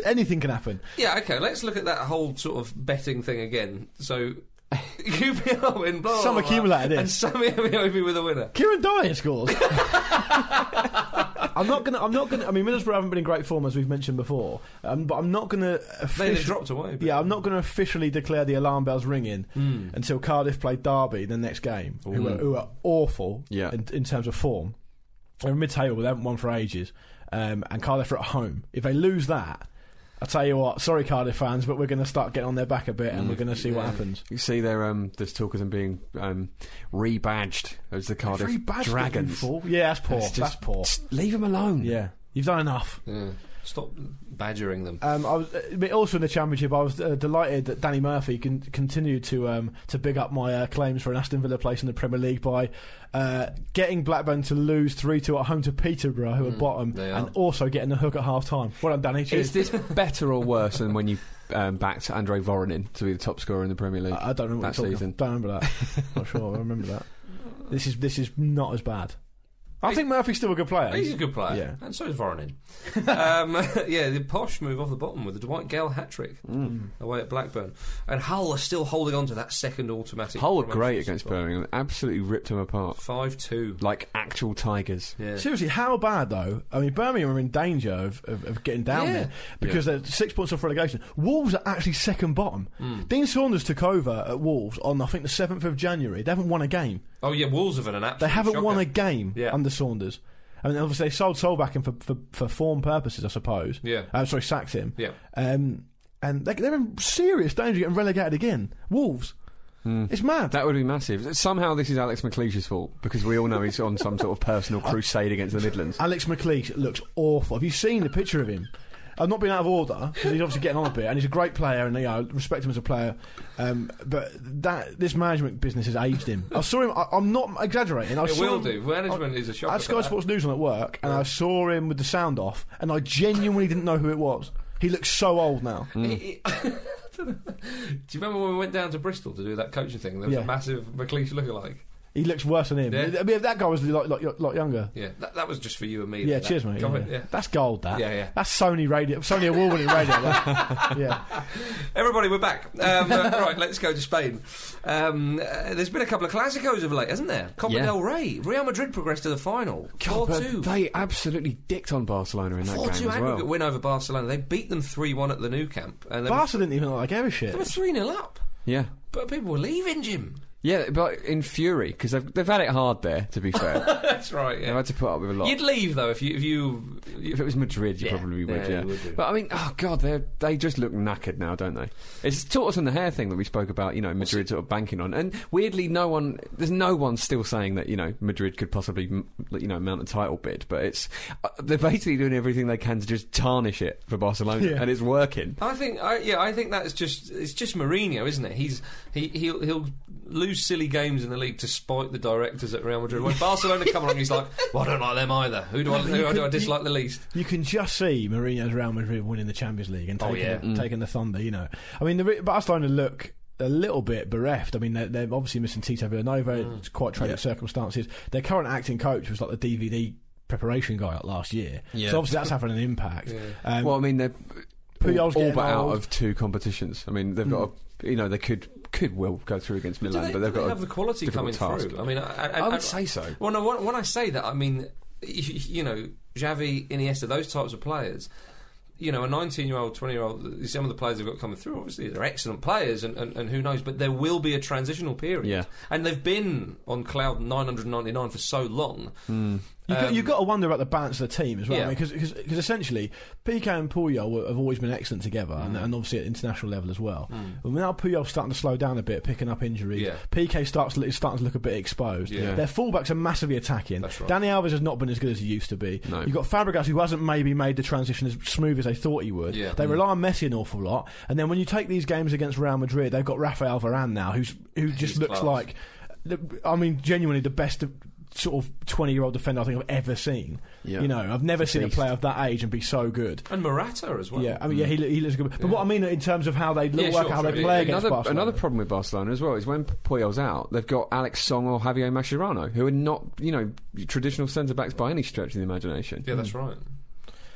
Anything can happen.
Yeah, okay, let's look at that whole sort of betting thing again. So, QPR win, blah, blah,
Some
blah,
accumulated it.
And Sammy Amiobi with a winner.
Kieran Dyer scores. I'm not gonna. I'm not gonna. I mean, Middlesbrough haven't been in great form as we've mentioned before, um, but I'm not gonna.
They, they
offici-
dropped away. but- Hmm.
Yeah, I'm not going to officially declare the alarm bells ringing until Cardiff play Derby the next game, who are, who are awful
Yeah.
in, in terms of form. They're mid-table, they haven't won for ages, um, and Cardiff are at home. If they lose that, I tell you what, sorry Cardiff fans, but we're going to start getting on their back a bit, and we're
Hmm.
going to see what happens.
You see, there um, there's talk of them being um, rebadged as the Cardiff
Three badges, you
Dragons.
fool. Yeah, that's poor.
It's
that's poor.
just leave them alone.
Yeah, you've done enough.
Yeah. Stop badgering them.
Um, I was but also in the championship. I was uh, delighted that Danny Murphy can, continued to um, to big up my uh, claims for an Aston Villa place in the Premier League by uh, getting Blackburn to lose three two at home to Peterborough, who are bottom,
Mm. they
and
are.
also getting a hook at half time. Well done, Danny. Cheers.
Is this better or worse than when you um, backed Andre Voronin to be the top scorer in the Premier League?
I, I don't remember
that
what you're talking
season.
about. Don't remember that. Not sure. I remember that. This is this is not as bad. I think Murphy's still a good player.
He's a good player.
Yeah.
And so is Voronin. um, yeah, the Posh move off the bottom with the Dwight Gale hat trick
Mm.
away at Blackburn. And Hull are still holding on to that second automatic.
Hull were great against Birmingham. Absolutely ripped them apart
5 2.
like actual tigers.
Yeah.
Seriously, how bad though? I mean, Birmingham are in danger of, of, of getting down
Yeah.
there because they're six points off relegation. Wolves are actually second bottom.
Hmm.
Dean Saunders took over at Wolves on I think the seventh of January. They haven't won a game.
Oh, yeah, Wolves have had an absolute
They haven't won
shocker.
a game
Yeah.
under Saunders. I mean, obviously they sold Solbakken for, for for form purposes, I suppose.
Yeah.
I'm sorry, sacked him.
Yeah.
Um, and they, they're in serious danger of getting relegated again. Wolves.
Hmm.
It's mad.
That would be massive. Somehow this is Alex McLeish's fault because we all know he's on some sort of personal crusade against the Midlands.
Alex McLeish looks awful. Have you seen the picture of him? I'm not being out of order because he's obviously getting on a bit, and he's a great player, and you know, I respect him as a player. Um, but that this management business has aged him. I saw him. I, I'm not exaggerating. I
It
saw
will
him-
do. Management is a
I
shocker.
had
for
Sky
that.
Sports News on at work, and I saw him with the sound off, and I genuinely didn't know who it was. He looks so old now.
It- it- do you remember when we went down to Bristol to do that coaching thing? There was
Yeah.
a massive McLeish lookalike.
He looks worse than him.
Yeah.
I mean, if that guy was a lot, lot, lot younger.
Yeah, that, that was just for you and me.
Yeah,
that-
cheers, mate.
comment,
yeah.
yeah.
That's gold. That.
Yeah, yeah.
That's Sony radio, Sony award-winning radio. that. Yeah.
Everybody, we're back. Um, uh, right, let's go to Spain. Um, uh, there's been a couple of Clásicos of late, hasn't there? Copa
Yeah.
del Rey. Real Madrid progressed to the final. 4
But
2.
They absolutely dicked on Barcelona in that
4
game
2
as
aggregate
well.
win over Barcelona. They beat them 3 1 at the new camp. And they, were,
Barca didn't even like give a
they were
shit.
3 0 up.
Yeah.
But people were leaving, Jim.
Yeah, but in fury because they've, they've had it hard there. To be fair,
That's right,
they've
yeah.
had to put up with a lot.
You'd leave, though, if you. If you,
if it was Madrid, you
Yeah.
probably would.
Yeah,
Yeah,
you would do.
but I mean, oh god, they they just look knackered now, don't they? It's tortoise and the hare thing that we spoke about. You know, Madrid sort of banking on, and weirdly, no one, there's no one still saying that you know Madrid could possibly m- you know mount a title bid, but it's uh, they're basically doing everything they can to just tarnish it for Barcelona,
Yeah.
and it's working.
I think, I, yeah, I think that's just it's just Mourinho, isn't it? He's he he'll, he'll lose silly games in the league to spite the directors at Real Madrid. When Barcelona come along, he's like, "Well, I don't like them either. Who do I
You
who do I
could-
dislike
you-
the least?"
You can just see Mourinho's Real Madrid winning the Champions League and
Oh,
taking,
yeah.
the, taking the thunder. You know, I mean, the re- Barcelona look a little bit bereft. I mean, they're, they're obviously missing Tito Villanova. It's quite tragic circumstances. Their current acting coach was like the DVD preparation guy last year.
Yeah.
So obviously that's having an impact. Um,
well, I mean, they're all,
Puyol's
all
getting
but out
old. Mm.
of two competitions. I mean, they've got a, you know they could could well go through against
Do
Milan,
they,
but
do
they've
they
got a
have the quality coming
difficult task.
through? I mean, I, I,
I would say so.
Well, no, when, when I say that, I mean you, you know Xavi, Iniesta, those types of players. You know, a 19-year-old, 20-year-old, some of the players they've got coming through, obviously, they're excellent players, and, and, and who knows, but there will be a transitional period.
Yeah.
And they've been on cloud 999 for so long.
Hmm.
You got, you've got to wonder about the balance of the team as well,
Um, Yeah.
because because essentially PK and Puyol were- have always been excellent together, and,
Mm.
and obviously at international level as well. But now Puyol's starting to slow down a bit, picking up injuries.
Yeah.
PK starts is starting to look a bit exposed.
Yeah.
Their fullbacks are massively attacking.
That's right.
Danny Alves has not been as good as he used to be.
No.
You've got Fabregas who hasn't maybe made the transition as smooth as they thought he would.
Yeah. Mm.
They rely on Messi an awful lot, and then when you take these games against Real Madrid, they've got Rafael Varane now, who's who just
He's
looks
class.
like the- I mean, genuinely the best of- sort of 20 year old defender I think I've ever seen.
Yeah.
You know, I've never seen a player of that age and be so good.
And Morata as well.
Yeah, I mean, yeah, he, lo- he looks good. But what I mean in terms of how they look,
Yeah,
work
sure,
out how
sure,
they
yeah,
play
yeah.
against
another,
Barcelona.
another problem with Barcelona as well is when Puyol's out, they've got Alex Song or Javier Mascherano, who are not, you know, traditional centre backs by any stretch of the imagination.
Yeah, that's right.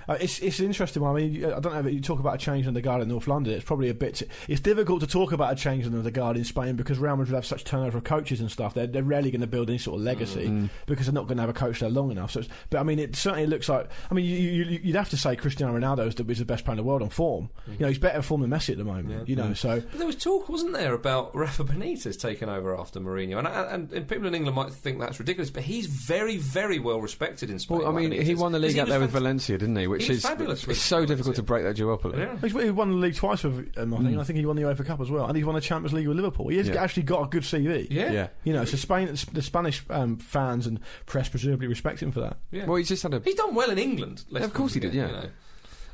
Uh, it's it's an interesting one. I mean, you- I don't know if you talk about a change in the guard in North London. It's probably a bit. It's difficult to talk about a change in the guard in Spain because Real Madrid have such turnover of coaches and stuff. They're, they're rarely going to build any sort of legacy because they're not going to have a coach there long enough. So, it's, but I mean, it certainly looks like. I mean, you, you, you'd have to say Cristiano Ronaldo is the, is the best player in the world on form. You know, he's better in form than Messi at the moment. You know, so
But there was talk, wasn't there, about Rafa Benitez taking over after Mourinho, and, and and people in England might think that's ridiculous, but he's very, very well respected in Spain.
Well, I
Rafa
mean, he
Benitez.
won the league
'Cause he
out
was
there with
fant-
Valencia, didn't he? Which
was
is
fabulous
it's
with
so difficult
Valencia.
to break that duopoly.
Yeah.
He's, he won the league twice with him, I think. I think he won the UEFA Cup as well. And he's won the Champions League with Liverpool. He has
Hmm. Yeah.
actually got a good CV.
Yeah.
Yeah.
You know, so Spain, the Spanish um, fans and press presumably respect him for that.
Yeah.
Well, he's just had a.
He's done well in England. let's
Yeah, of course he did,
you
yeah.
know.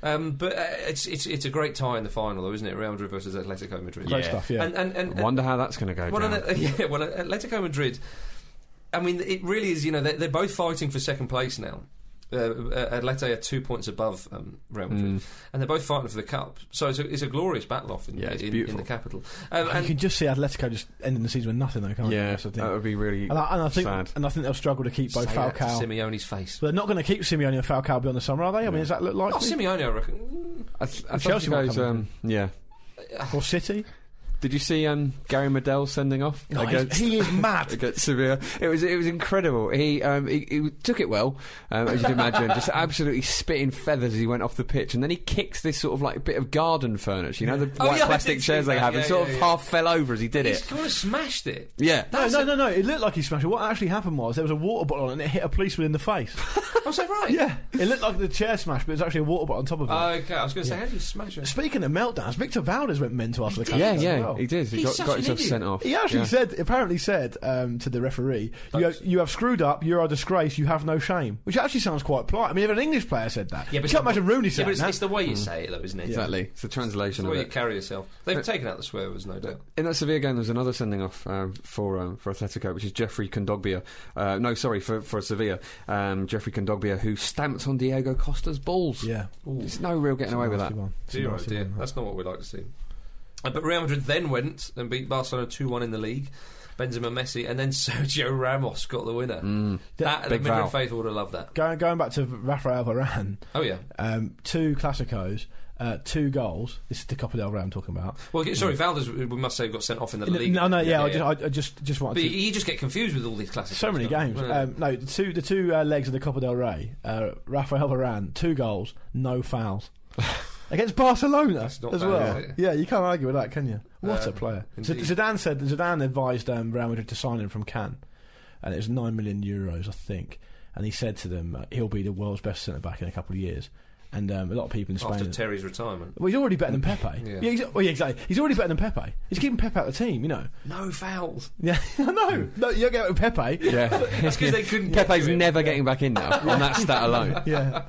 Um, but uh, it's, it's it's a great tie in the final, though, isn't it? Real Madrid versus Atletico Madrid.
Great stuff, yeah.
And and, and, and
Wonder how that's going to go.
well,
down.
and, uh, yeah, well, uh, Atletico Madrid. I mean, it really is. You know, they're, they're both fighting for second place now. Uh, uh, Atleti are two points above um, Real Madrid,
Mm.
and they're both fighting for the cup. So it's a, it's a glorious battle off in,
Yeah, it's
in, in
beautiful.
the capital. Um,
you can
and
just see Atletico just ending the season with nothing, though, can't you?
yeah,
That's the thing.
that would be really
and, I, and I think,
sad.
and I think they'll struggle to keep both
say that to
Falcao.
Simeone's face.
But they're not going to keep Simeone and Falcao beyond the summer, are they? I mean, does that look like
Oh, Simeone, I reckon. Mm,
I th- I thought
Chelsea
he
might
goes,
come in.
um, yeah.
or City?
Did you see um, Gary Medell sending off?
No, he's-
against-
he is mad.
against Sevilla. It was it was incredible. He um, he, he took it well, um, as you'd imagine, just absolutely spitting feathers as he went off the pitch, and then he kicks this sort of like bit of garden furniture, you know, the
Oh,
white
yeah, I
plastic
did see
chairs they
that.
have,
Yeah,
and sort
yeah,
of
yeah.
half fell over as he did
He's
it.
kind of smashed it.
Yeah.
No,
That's
no,
a-
no, no. It looked like he smashed it. What actually happened was there was a water bottle on it and it hit a policeman in the face.
I was like, Oh, right.
yeah. It looked like the chair smash, but it was
Oh,
actually a water bottle on top of it.
Okay, I was going to say, how do you smash it?
Speaking of meltdowns, Victor Valdes went mental after the
Yeah,
comeback.
yeah,
well.
He did. He
He's
got,
such
got
an
himself
idiot.
sent off.
He actually
Yeah.
said, apparently said um, to the referee, you
Thanks.
have, "You have screwed up. You're a disgrace. You have no shame." Which actually sounds quite polite. I mean, if an English player said that, you
it's
can't
the-
imagine Rooney
yeah,
saying
but it's,
that.
it's the way you say it, though, isn't it?
Mm. Exactly. It's the
It's
translation
the
of
way you
it.
carry yourself. They've taken out the swear words, no doubt.
In that Sevilla game, there was another sending off um, for um, for Atletico, which is Jeffrey Condogbia. Uh, no, sorry, for for Sevilla, um, Jeffrey Condogbia, who stamped on Diego Costa's balls.
yeah,
There's no real getting away with that.
Nasty one. It's a
Zero,
nasty
dear.
one.
That's not what we like to see. Uh, but Real Madrid then went and beat Barcelona 2 1 in the league. Benzema Messi, and then Sergio Ramos got the winner.
Mm.
That, the
Big
Madrid
foul.
faithful would have loved that.
Going going back to Rafael Varane,
Oh, yeah.
um, two Clásicos, uh, two goals. This is the Copa del Rey I'm talking about.
Well, g- sorry, Valdez, we must say, got sent off in the league.
Mm. No, no, yeah, I, just, I, I just just wanted
But
to
you you just get confused with all these classics.
So many games. Um, no, the two the two uh, legs of the Copa del Rey. Uh, Rafael Varane, two goals, no fouls against Barcelona
That's
as
not
well.
bad, is it? Um,
Yeah, you can't argue with that, can you? What a player! Z-
indeed.
Zidane said Zidane advised um, Real Madrid to sign him from Cannes, and it was nine million euros, I think. And he said to them, uh, he'll be the world's best centre back in a couple of years. And um, a lot of people in Spain.
after Terry's retirement.
well, he's already better than Pepe.
Yeah.
Yeah, he's, well, yeah, exactly. He's already better than Pepe. He's keeping Pepe out of the team, you know.
No fouls.
Yeah, I know.
Mm.
No, you don't get out with Pepe.
Yeah.
That's because they couldn't. get
Pepe's
to him.
never getting back in now on that stat alone.
Yeah.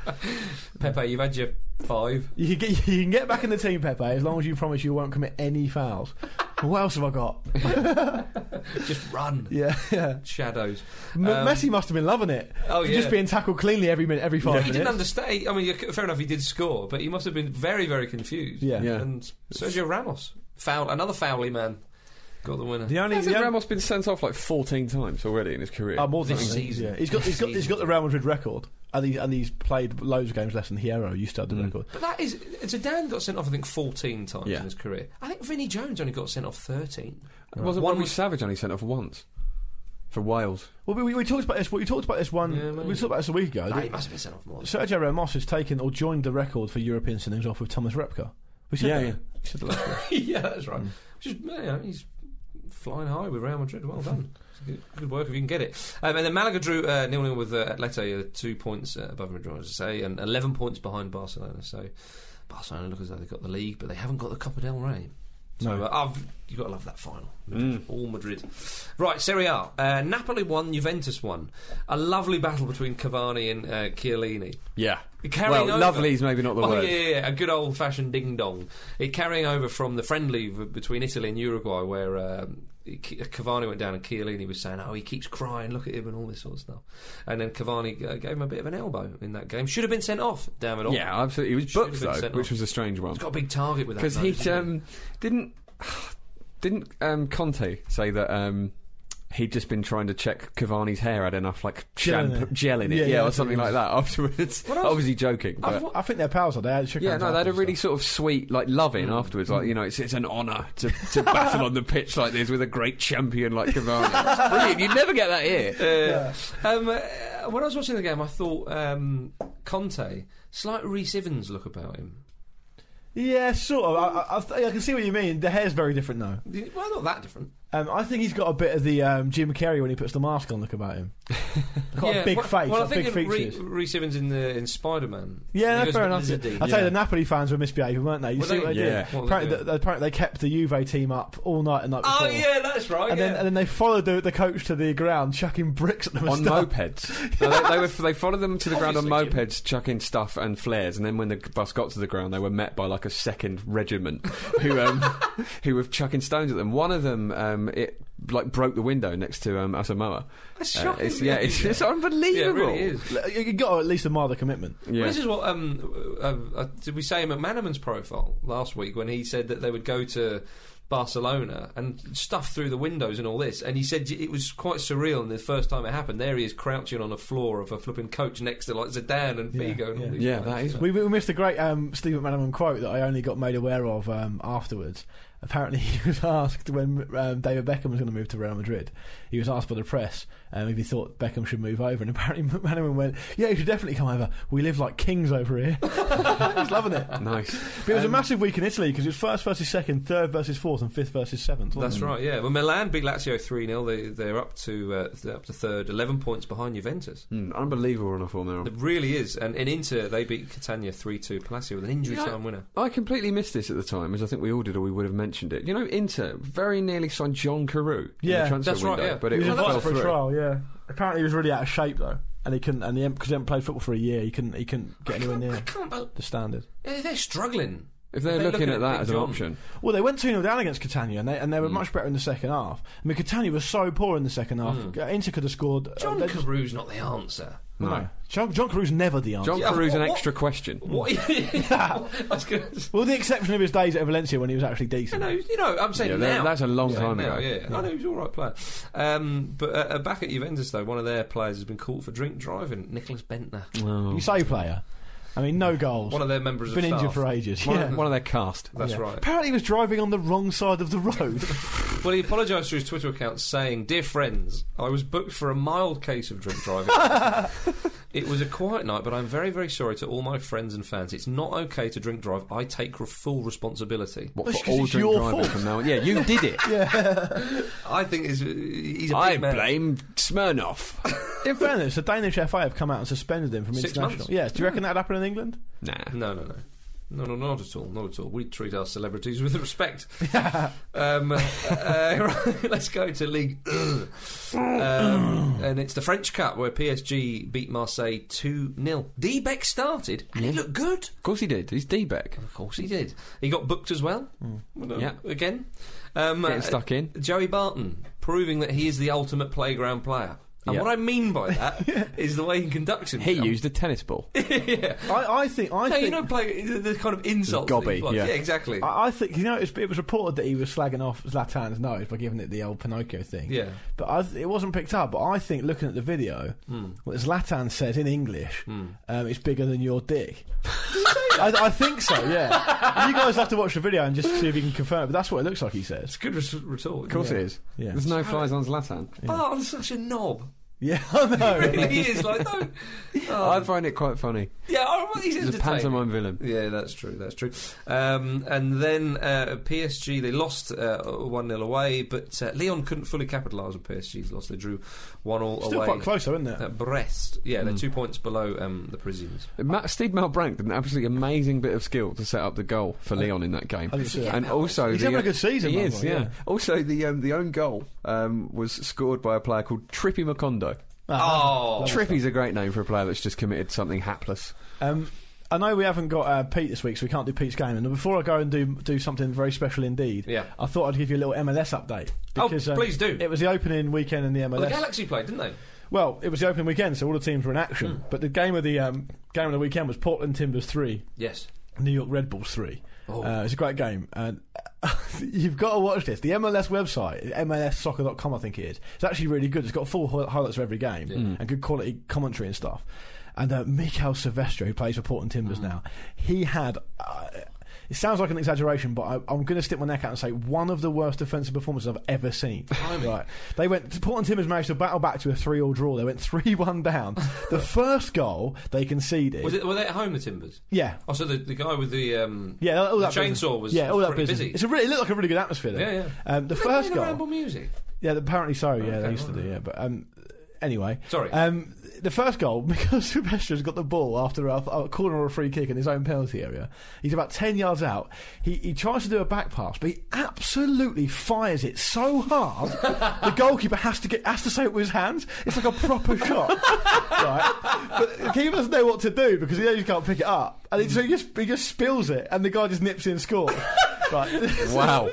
Pepe, you've had your five.
You can, get, you can get back in the team, Pepe, as long as you promise you won't commit any fouls. what else have I got?
Just run.
Yeah, yeah.
Shadows.
M-
Um,
Messi must have been loving it.
Oh,
For
yeah.
Just being tackled cleanly every minute, every five
He
minutes.
didn't understand. I mean, you c- fair enough, he did score, but he must have been very, very confused.
Yeah.
Yeah.
And Sergio Ramos, foul, another foully man, got the winner.
The only,
Hasn't
the only-
Ramos been sent off like 14 times already in his career?
Oh, more than
This
that.
season.
Yeah. He's got, he's got, he's got the Real Madrid record, and he's, and he's played loads of games less than Hierro. You still have the record.
But that is. Zidane got sent off, I think, 14 times
Yeah.
in his career. I think Vinnie Jones only got sent off 13.
Wasn't
One
one
was-
Savage only sent off once for Wales?
Well, we, we, we talked about this. We talked about this one.
Yeah,
we
maybe.
talked about this a week ago.
No,
that
Ah, he must have been sent off more.
Sergio Ramos has taken or joined the record for European signings off with Thomas Repka. We said
Yeah,
that.
yeah.
We said that last week.
yeah, that's right. Which is, you know, he's flying high with Real Madrid. Well done. It's Good, good work if you can get it. Um, and then Malaga drew uh, nil nil with uh, Atleti, uh, two points uh, above Madrid, as I say, and eleven points behind Barcelona. So Barcelona look as though they've got the league, but they haven't got the Copa del Rey. So
No.
uh, I've, you've got to love that final. Madrid, All Madrid. Right, Serie A. Uh, Napoli won, Juventus won. A lovely battle between Cavani and uh, Chiellini.
Yeah.
Carrying
well,
over.
lovely is maybe not the
Oh,
word.
yeah, yeah, yeah, a good old fashioned ding dong. It carrying over from the friendly v- between Italy and Uruguay, where um, C- Cavani went down and Chiellini was saying, "Oh, he keeps crying. Look at him," and all this sort of stuff. And then Cavani uh, gave him a bit of an elbow in that game. Should have been sent off. Damn it all.
Yeah, absolutely. He was
Should have
booked
been
though,
sent
which
off.
was a strange one.
he's got a big target with that.
Because
though,
he
doesn't
um, didn't didn't um, Conte say that um, he'd just been trying to check Cavani's hair had enough like
Gel in
shampoo,
it.
gel in it,
Yeah,
yeah,
yeah,
or something like that afterwards.
else-
Obviously joking,
I've
but.
wa-
I think they're pals. They had shook
Yeah,
hands
no, they had a
afterwards,
really sort of sweet, like loving
Mm.
afterwards. Like you know, it's it's an honour to, to battle on the pitch like this with a great champion like Cavani. It's brilliant. You'd never get that here.
Um, uh, when I was watching the game, I thought um, Conte slight Reece Evans look about him.
Yeah, sort of. I, I, I can see what you mean. The hair's very different now.
Well, not that different.
Um, I think he's got a bit of the um, Jim Carrey when he puts the mask on look about him. got a big
well,
face,
Well,
like
I think
big
in Re-
features.
Reece Evans in the in Spider Man.
yeah, no, fair enough. I tell you,
Yeah.
the Napoli fans were misbehaving, weren't they? You
Were
see
they?
what they
Yeah.
What
did?
were they
Apparently,
doing?
they, apparently they kept the Juve team up all night and night before.
Oh yeah, that's right.
And
yeah.
then and then they followed the, the coach to the ground, chucking bricks at them. and
on
stuff.
mopeds. No, they, they, were, they followed them to the ground on
Obviously, Jim.
mopeds, chucking stuff and flares, and then when the bus got to the ground, they were met by like a second regiment who um, who were chucking stones at them. One of them um, it like broke the window next to um, Asamoah.
That's
Uh,
shocking,
it's, yeah,
really.
it's, it's
yeah, it
unbelievable.
really is.
You- You got to at least admire the commitment.
Yeah.
Well, this is what um, uh, uh, did we say in McManaman's profile last week when he said that they would go to Barcelona and stuff through the windows and all this, and he said it was quite surreal. And the first time it happened, there he is crouching on a floor of a flipping coach next to like Zidane and
Yeah,
Figo and all
yeah.
these.
yeah,
guys.
that is.
We, we missed a great um, Steve McManaman quote that I only got made aware of um, afterwards. Apparently, he was asked when um, David Beckham was going to move to Real Madrid. He was asked by the press um, if he thought Beckham should move over, and apparently McManaman went, "Yeah, he should definitely come over. We live like kings over here." He's loving it. But
Nice.
it
Um,
was a massive week in Italy because it was first versus second, third versus fourth, and fifth versus seventh. wasn't
That's
it?
right. Yeah. Well, Milan beat Lazio three 0 They they're up to uh, they're up to third, eleven points behind Juventus.
Mm, unbelievable run of form there.
It really is. And in Inter, they beat Catania three two. Palacio with an injury
Yeah.
time winner.
I completely missed this at the time, as I think we all did, or we would have mentioned it. You know, Inter very nearly signed John Carew. in the
Yeah,
transfer
that's right,
window,
yeah.
But
He
it
was
all fell
invited for
through.
a trial. Yeah, apparently he was really out of shape though, and he couldn't. And the because he hadn't played football for a year, he couldn't. He couldn't get anywhere
I
near
can't bel-
the standard.
yeah, They're struggling.
If they're, looking, at that
Big
as an
John.
option,
Well, they went 2 0 down against Catania, and they, and
Hmm.
they were much better in the second half. I mean, Catania was so poor in the second half. Inter could have scored. uh,
Hmm. John
they just-
Carew's not the answer.
no. John, John Carew's never the answer.
John
Yeah,
Carew's an
what- what-
extra question.
What? I was going to
Well, the exception of his days at Valencia when he was actually decent.
No, you know, I'm saying
Yeah, that-
now.
that's a long
I'm saying
time
now,
ago.
Yeah, I know he was all right player. Um, but uh, uh, back at Juventus though, one of their players has been caught for drink driving. Nicholas Bentner,
You say player. I mean, no goals.
one of their members
Been
of staff.
injured for ages.
One,
yeah.
of, one of their cast.
That's
Yeah.
right.
Apparently, he was driving on the wrong side of the road.
Well, he apologised through his Twitter account, saying, "Dear friends, I was booked for a mild case of drink driving. it was a quiet night, but I'm very, very sorry to all my friends and fans. It's not okay to drink drive. I take re- full responsibility.
What,
That's
for
'cause
all
it's
drink
your
driving
fault.
from now on? Yeah, you did it.
I think he's, uh, he's a big
I
man.
blame Smirnoff.
in fairness, the Danish FA have come out and suspended him from
Six
international.
months. Hmm.
Yes. Do you reckon that happened in England?
nah.
No, no, no. No, no, not at all, not at all. We treat our celebrities with respect. um, uh, let's go to League, um, and it's the French Cup where PSG beat Marseille two 0 Debeck started, and he looked good.
Of course he did. He's D-back.
Of course, he did. He got booked as well. Well, uh,
Yeah.
again. Um,
Hmm. Getting
uh,
stuck in.
Joey Barton proving that he is the ultimate playground player. And
Yeah.
what I mean by that is the way he conducts
He
himself.
used a tennis ball.
I, I think. I
No,
think
you know, play the, the kind of insult.
Gobby, yeah. Ah.
exactly.
I, I think you know it's, it was reported that he was slagging off Zlatan's nose by giving it the old Pinocchio thing.
Yeah.
but I, th- it wasn't picked up. But I think looking at the video, what Zlatan says in English, um, it's bigger than your dick. I, I think so. Yeah, you guys have to watch the video and just see if you can confirm. it, But that's what it looks like he says.
It's a good res- retort.
Of course it is.
Yeah.
There's no flies on Zlatan.
Barton's such a knob.
Yeah, I know.
he is like, don't.
I find it quite funny.
Yeah, oh, well, he's
He's a
entertaining.
pantomime villain.
Yeah, that's true. That's true. Um, and then uh, PSG, they lost uh, one 0 away, but uh, Leon couldn't fully capitalise on PSG's loss. They drew one all
Still
away
quite close, though, isn't it? Hmm.
at Brest. Yeah, they're two points below um, the Parisians.
Ma- Steve Malbrank did an absolutely amazing bit of skill to set up the goal for Leon in that game,
I didn't see that.
and also
He's
the, uh,
having a good season,
He
Malbrank,
is, yeah.
yeah.
Also, the um, the own goal um, was scored by a player called Trippy Macondo.
Ah,
Oh,
Trippy's a great name for a player that's just committed something hapless.
Um, I know we haven't got uh, Pete this week, so we can't do Pete's game. And before I go and do do something very special indeed,
Yeah.
I thought I'd give you a little MLS update. um,
Oh, please do.
It was the opening weekend in the MLS.
well, the Galaxy played, didn't they?
Well, it was the opening weekend, so all the teams were in action.
Hmm.
But the game of the um, game of the weekend was Portland Timbers three,
Yes.
New York Red Bulls three.
Oh.
Uh, it's a great game, and you've got to watch this. The MLS website, MLSsoccer.com, I think it is. It's actually really good. It's got full hi- highlights of every game and good quality commentary and stuff. And uh, Mikel Silvestro, who plays for Portland Timbers
Mm.
now, he had. Uh, it sounds like an exaggeration, but I, I'm going to stick my neck out and say one of the worst defensive performances I've ever seen. Right. They went, Portland Timbers managed to battle back to a 3 all draw. They went 3 1 down. the first goal they conceded.
Was it, were they at home, the Timbers?
Yeah.
Oh, so the, the guy with the, um,
Yeah, all
the
that business.
chainsaw was,
yeah, all
was
that
pretty
business.
busy.
It's a really, it looked like a really good atmosphere. There.
Yeah, yeah.
Um, the
Were they
first
playing
goal,
Ramble music.
yeah, apparently so. Yeah, they
Okay,
used to do. Yeah, but um, anyway,
Sorry.
Um, the first goal because Silvestra's got the ball after a, a corner or a free kick in his own penalty area. He's about ten yards out. He he tries to do a back pass, but he absolutely fires it so hard the goalkeeper has to get has to say it with his hands. It's like a proper shot, right? But the keeper doesn't know what to do because he knows he can't pick it up, and he, so he just he just spills it, and the guy just nips in and scores. right.
Wow.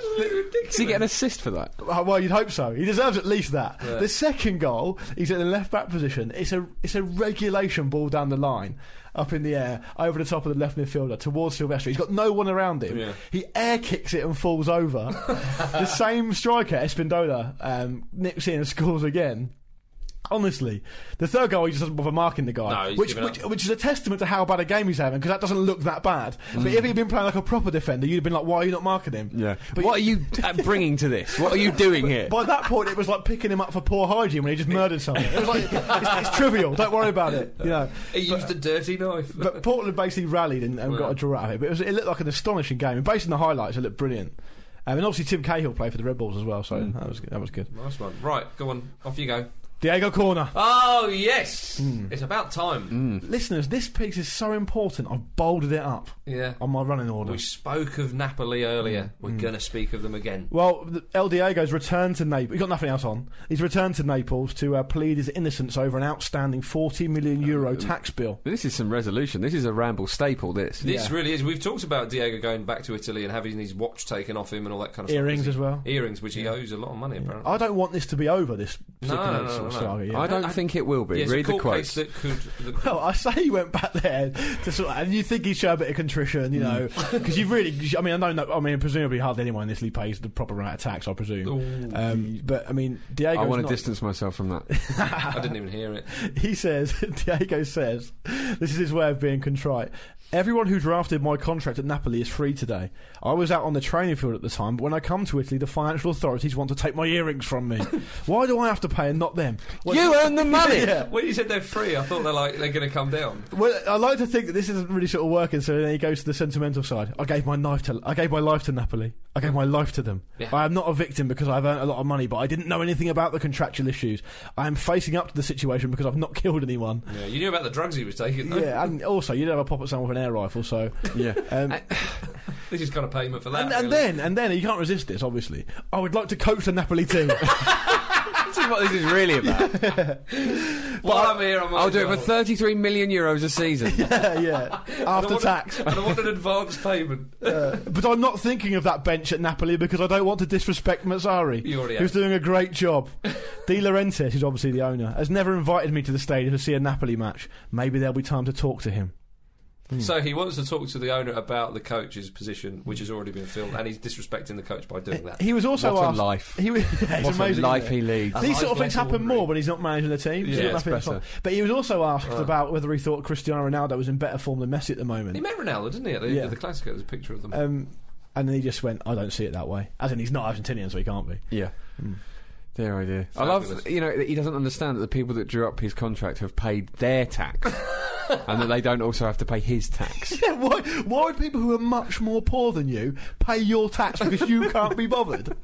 Does he get an assist for that?
Uh, Well, you'd hope so. He deserves at least that. The second goal, he's in the left back position. It's a it's a regulation ball down the line, up in the air, over the top of the left midfielder towards Silvestri. He's got no one around him.
Yeah.
He air kicks it and falls over. the same striker, Espindola, um, nips in and scores again. Honestly, the third goal he just doesn't bother marking the guy,
No, he's
which,
given up.
which which is a testament to how bad a game he's having because that doesn't look that bad.
Mm.
But if he'd been playing like a proper defender, you'd have been like, "Why are you not marking him?"
But what are you uh, bringing to this? What are you doing here?
By that point, it was like picking him up for poor hygiene when he just murdered someone. It was like it's, it's trivial. Don't worry about it. You know.
He used a dirty knife.
But Portland basically rallied and, and got a draw out of it. But it, was, it looked like an astonishing game. And based on the highlights, it looked brilliant.
Mm.
Um, and obviously, Tim Cahill played for the Red Bulls as well, so that was that was good.
nice one. Right, go on. Off you go.
Diego Corner.
Oh, yes.
Hmm.
It's about time.
Listeners, this piece is so important. I've bolded it up
Yeah.
on my running order.
We spoke of Napoli earlier.
Hmm.
We're going to speak of them again.
Well, the- El Diego's returned to Naples. He's got nothing else on. He's returned to Naples to uh, plead his innocence over an outstanding 40 million euro
Uh,
tax bill.
This is some resolution. This is a ramble staple. This.
This
Yeah.
really is. We've talked about Diego going back to Italy and having his watch taken off him and all that kind of
Earrings
stuff.
as well.
Earrings, which he owes a lot of money, apparently.
I don't want this to be over, this
No,
particular
no, no,
sort of
no.
saga. Yeah.
I don't think it will be.
Yes,
Read
a
the
court
quotes.
case that could. that-
Well, I say he went back there to sort of, and you think he showed a bit of contrition, you know,
Hmm.
because you really, I mean, I don't know, I mean, presumably hardly anyone in Italy pays the proper amount of tax, I presume. Um, but I mean, Diego.
I want to distance myself from that.
I didn't even hear it.
He says, Diego says, this is his way of being contrite. Everyone who drafted my contract at Napoli is free today. I was out on the training field at the time, but when I come to Italy, the financial authorities want to take my earrings from me. Why do I have to pay and not them?
you earn the money.
Yeah.
When you said they're free, I thought they're like they're going to come down.
Well, I like to think that this isn't really sort of working. So then he goes to the sentimental side. I gave my knife to, I gave my life to Napoli. I gave my life to them.
Yeah.
I am not a victim because I've earned a lot of money, but I didn't know anything about the contractual issues. I am facing up to the situation because I've not killed anyone.
Yeah, you knew about the drugs he was taking. Though.
Yeah, and also you don't have a pop at someone with an air rifle, so
Yeah.
Um,
this is kind of payment for that.
and, and
really.
then and then you can't resist this. Obviously, I would like to coach the Napoli team.
this is what this is really about.
while I'm here, I'm "Oh."
I'll do it for 33 million euros a season.
yeah, yeah, after tax.
and I want an advance payment.
But I'm not thinking of that bench at Napoli because I don't want to disrespect Mazzari,
You already
who's
have.
doing a great job. De Laurentiis, who's obviously the owner, has never invited me to the stadium to see a Napoli match. Maybe there'll be time to talk to him. Hmm.
So he wants to talk to the owner about the coach's position, which has already been filled, and he's disrespecting the coach by doing that.
He was also
What a
asked.
life.
He was, yeah, it's
What a
amazing,
life
isn't it?
he leads. A
These sort
life
of things
like a
happen
wounded.
more when he's not managing the team. He's
Yeah,
got
it's
nothing else on.
better.
But he was also asked about whether he thought Cristiano Ronaldo was in better form than Messi at the moment.
He met Ronaldo, didn't he? At the,
Yeah.
the Classico, there's a picture of them.
Um, and then he just went, I don't see it that way. As in, he's not Argentinian, so he can't be.
Yeah. Dear, oh dear. I
Fabulous.
love, you know, that he doesn't understand that the people that drew up his contract have paid their tax and that they don't also have to pay his tax.
Yeah, why, why would people who are much more poor than you pay your tax because you can't be bothered?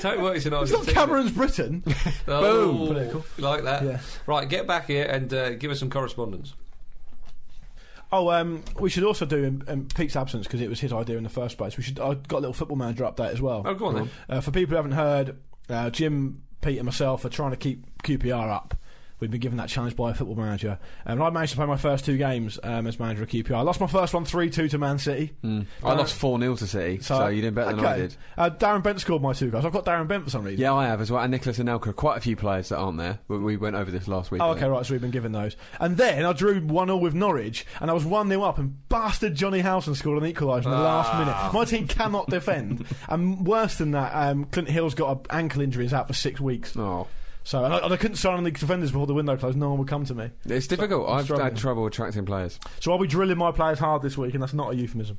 Totally works in
It's not
Argentina.
Cameron's Britain.
Oh,
Boom.
Political.
You like that?
Yeah.
Right, get back here and uh, give us some correspondence.
Oh, um, we should also do in, in Pete's absence because it was his idea in the first place. We should. I got a little football manager update as well.
Oh, go on then.
Uh, for people who haven't heard, uh, Jim, Pete, and myself are trying to keep QPR up. We've been given that challenge by a football manager. Um, and I managed to play my first two games um, as manager of QPR. I lost my first one 3 2 to Man City.
I lost 4 0 to City, Hmm. so, you did better than I
okay.
did.
Uh, Darren Bent scored my two goals. I've got Darren Bent for some reason.
Yeah, I have as well. And Nicholas Anelka, quite a few players that aren't there. We, we went over this last week.
Oh,
I
okay,
think.
right. So we've been given those, and then I drew one all with Norwich, and I was one 0 up, and bastard Johnny Howson scored an equaliser in the last minute. My team cannot defend, and worse than that, um, Clint Hill's got an ankle injury, is out for six weeks.
Oh.
So and I, and I couldn't sign the defenders before the window closed. No one would come to me.
It's difficult. I've
struggling.
had trouble attracting players.
So I'll be drilling my players hard this week, and that's not a euphemism.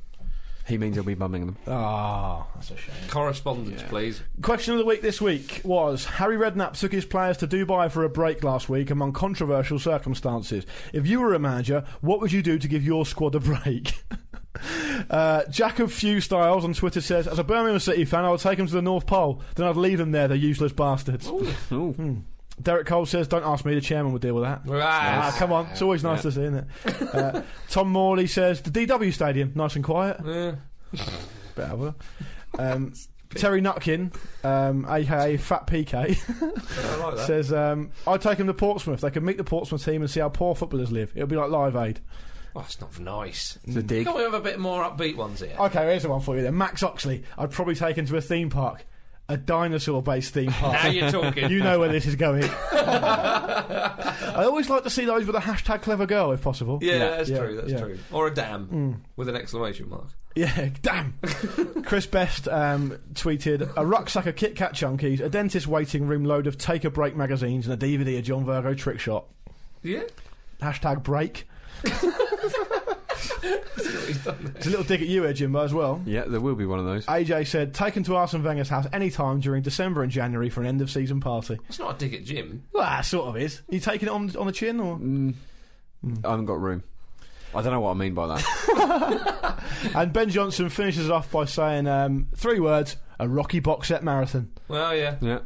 He means he'll be bumming them.
Ah, that's a shame.
Correspondence, please.
Question of the week this week was Harry Redknapp took his players to Dubai for a break last week among controversial circumstances. If you were a manager, what would you do to give your squad a break? Uh, Jack of Few Styles on Twitter says, As a Birmingham City fan, I would take them to the North Pole. Then I'd leave them there, they're useless bastards. Hmm.
Ooh.
Derek Cole says, Don't ask me, the chairman would deal with that. Ah,
Right.
come on, it's always nice to see, isn't it? Uh, Tom Morley says, The DW Stadium, nice and quiet.
Yeah.
Bit of a- Um, Terry Nutkin, um, aka Fat PK.
I like that.
says, um, I'd take him to Portsmouth. They can meet the Portsmouth team and see how poor footballers live. It'll be like Live Aid.
Oh, that's not nice.
It's a dig.
Can't we have a bit more upbeat ones here?
Okay, here's the one for you then. Max Oxley, I'd probably take him to a theme park, a dinosaur based theme
Now
park.
you're talking.
Oh. you know where this is going. I always like to see those with a hashtag clever girl if possible.
yeah,
Yeah,
that's
yeah,
true. That's
yeah. Hmm.
true. Or a dam with an exclamation mark.
Yeah, damn. Chris Best um, tweeted a rucksack of Kit Kat chunkies, a dentist waiting room load of Take a Break magazines, and a DVD of John Virgo Trick Shot.
Yeah,
Hashtag break.
he's done that.
It's a little dig at you, eh, Jimbo, as well.
Yeah, there will be one of those.
AJ said, taken to Arsene Wenger's house any time during December and January for an end of season party.
It's not a dig at Jim.
Well, that sort of is. you taking it on on the chin or?
I haven't got room. I don't know what I mean by that.
and Ben Johnson finishes off by saying um, three words: a Rocky box set marathon.
Well, yeah.
yeah.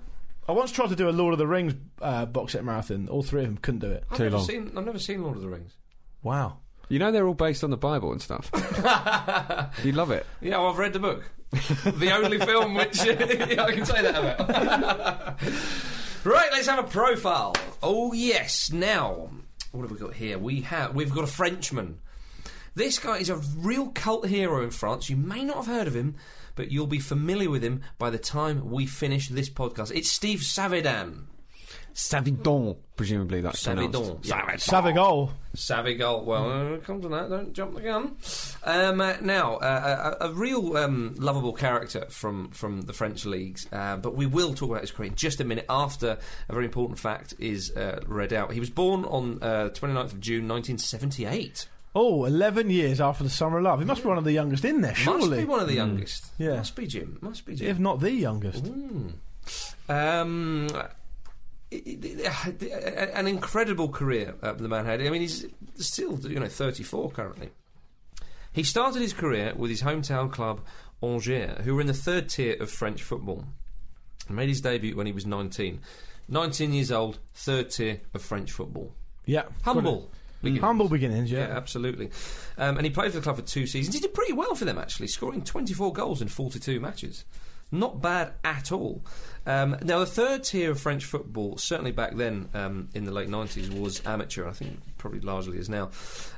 I once tried to do a Lord of the Rings uh, box set marathon. All three of them couldn't do it.
I've
Too
never
long.
seen. I've never seen Lord of the Rings.
Wow.
You know they're all based on the Bible and stuff. you love it.
Yeah, well, I've read the book. the only film which yeah, I can say that about. right, let's have a profile. Oh yes, now what have we got here? We have we've got a Frenchman. This guy is a real cult hero in France. You may not have heard of him, but you'll be familiar with him by the time we finish this podcast. It's Steve Savidan.
Savidon, presumably that's
Savidan.
pronounced.
Yeah.
Savigol.
Savvy goal. Well,
Hmm.
uh, come to that. Don't jump the gun. Um, uh, now, uh, a, a real um, lovable character from, from the French leagues, uh, but we will talk about his career in just a minute after a very important fact is uh, read out. He was born on uh, 29th of June 1978.
Oh, 11 years after the Summer of Love. He must be one of the youngest in there, surely. Hmm.
Must be one of the youngest.
Yeah.
Must be Jim. Must be Jim.
If not the youngest.
Hmm. Um, it- it- it- uh, an incredible career uh, the man had. I mean, he's still you know 34 currently. He started his career with his hometown club Angers, who were in the third tier of French football. He made his debut when he was 19. 19 years old, third tier of French football.
Yeah.
Humble.
Got it. Humble beginnings,
Yeah,
yeah.
absolutely. Um, and he played for the club for two seasons. He did pretty well for them, actually, scoring 24 goals in 42 matches. Not bad at all. Um, now, the third tier of French football, certainly back then um, in the late 90s, was amateur. I think probably largely is now.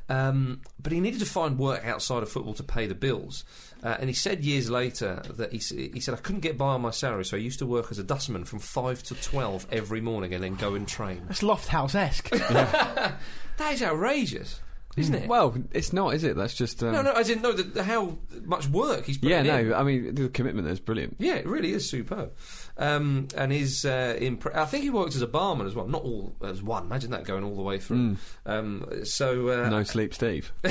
Um, but he needed to find work outside of football to pay the bills. Uh, and he said years later that he, s- he said, I couldn't get by on my salary, so I used to work as a dustman from 5 to 12 every morning and then go and train.
That's Lofthouse esque.
That is outrageous, isn't it?
Well, it's not, is it? That's just. Um,
No, no, I didn't know that how much work he's put
Yeah,
in.
no. uh, I mean, the commitment there is brilliant.
Yeah, it really is superb. Um, and his uh, impre- I think he worked as a barman as well, not all as one. Imagine that going all the way through. Um, so uh,
Mm. No sleep, Steve.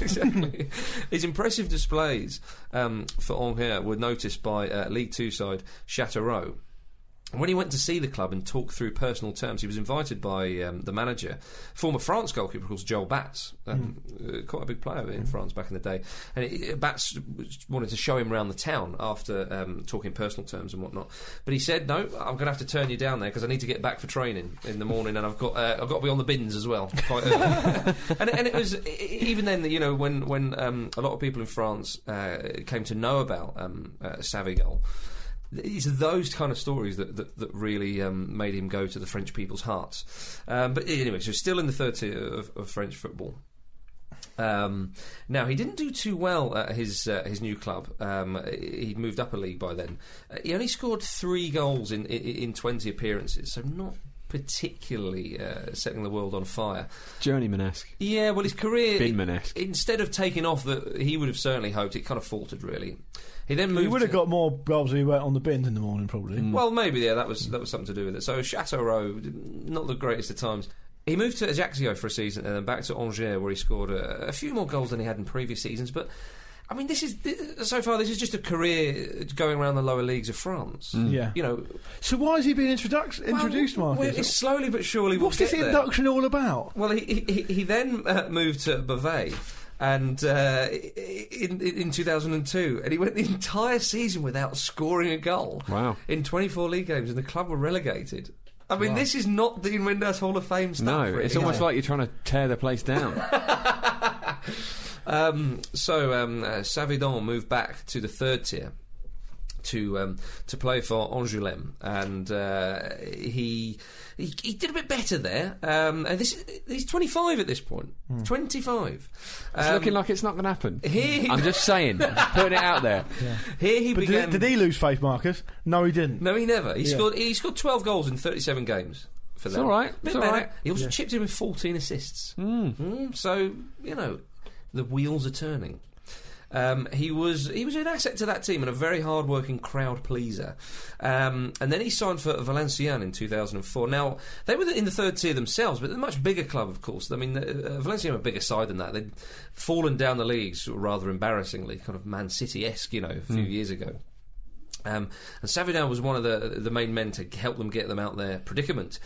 exactly. His impressive displays um, for Angers were noticed by uh, League Two side Châteauroux. And When he went to see the club and talk through personal terms, he was invited by um, the manager, former France goalkeeper called Joel Batts, um, uh, quite a big player in France back in the day. And it, Batts wanted to show him around the town after um, talking personal terms and whatnot. But he said, "No, I'm going to have to turn you down there because I need to get back for training in the morning, and I've got uh, I've got to be on the bins as well." Quite early. and, and it was e- e- even then, that, you know, when when um, a lot of people in France uh, came to know about um, uh, Savigol it's those kind of stories that that, that really um, made him go to the French people's hearts. Um, but anyway, so still in the third tier of, of French football. Um, now he didn't do too well at his uh, his new club. Um, he would moved up a league by then. Uh, he only scored three goals in in, in twenty appearances, so not particularly uh, setting the world on fire.
Journeyman-esque.
Yeah, well, his career
Binman-esque.
instead of taking off that he would have certainly hoped, it kind of faltered really. He then moved.
he would have
to-
got more goals if he weren't on the bins in the morning, probably.
well, maybe yeah, that was that was something to do with it. So Chateauroux, not the greatest of times. He moved to Ajaccio for a season and then back to Angers, where he scored a, a few more goals than he had in previous seasons. But I mean, this is thi- so far. This is just a career going around the lower leagues of France.
Yeah.
You know,
So why is he being introduced, Mm. introduced,
well,
Marcus?
It's slowly but surely.
What's
we'll
this
get there.
induction all about?
Well, he, he, he then uh, moved to Beauvais. And uh, in, in in 2002, and he went the entire season without scoring a goal.
Wow.
In 24 league games, and the club were relegated. I mean, this is not Dean Windass Hall of Fame stuff.
No,
really,
it's
is
almost
it?
like you're trying to tear the place down.
Um, so um, uh, Savidon moved back to the third tier to um, to play for Angoulême, and uh, he, he he did a bit better there. Um, and this he's 25 at this point. 25.
Hmm. It's
Um,
looking like it's not going to happen.
He-
I'm just saying, just putting it out there.
Here he
But
began.
did, did he lose faith, Marcus? No, he didn't.
No, he never. He
Yeah.
scored. He scored twelve goals in thirty-seven games. For them.
all right.
Bit
It's all
better.
right.
He also chipped in with fourteen assists.
Hmm.
Mm. so you know, the wheels are turning. Um, he was he was an asset to that team and a very hard-working crowd pleaser. Um, and then he signed for Valenciennes in 2004. Now they were in the third tier themselves, but they're a much bigger club, of course. I mean, uh, Valenciennes are a bigger side than that. They'd fallen down the leagues rather embarrassingly, kind of Man City-esque, you know, a
Hmm.
few years ago. Um, and Savidan was one of the the main men to help them get them out their predicament.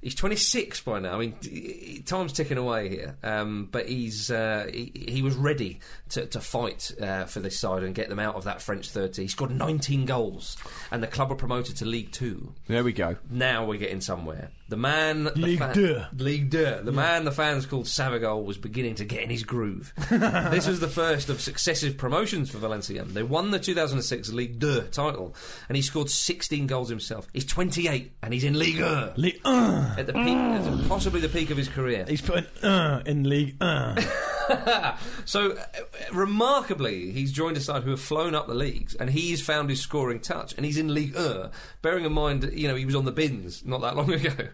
He's 26 by now. I mean, t- time's ticking away here, um, but he's uh, he, he was ready to, to fight uh, for this side and get them out of that French 30. He scored 19 goals, and the club were promoted to League Two.
There we go.
Now we're getting somewhere. The man,
Ligue
the
deux.
League Two. The man the fans called Savagol was beginning to get in his groove. this was the first of successive promotions for Valencia. They won the 2006 League Two title, and he scored 16 goals himself. He's 28 and he's in League Two
League, uh,
at the peak, at possibly the peak of his career.
he's put an uh in League. Uh.
so, uh, remarkably, he's joined a side who have flown up the leagues, and he's found his scoring touch, and he's in League Ur, bearing in mind, you know, he was on the bins not that long ago.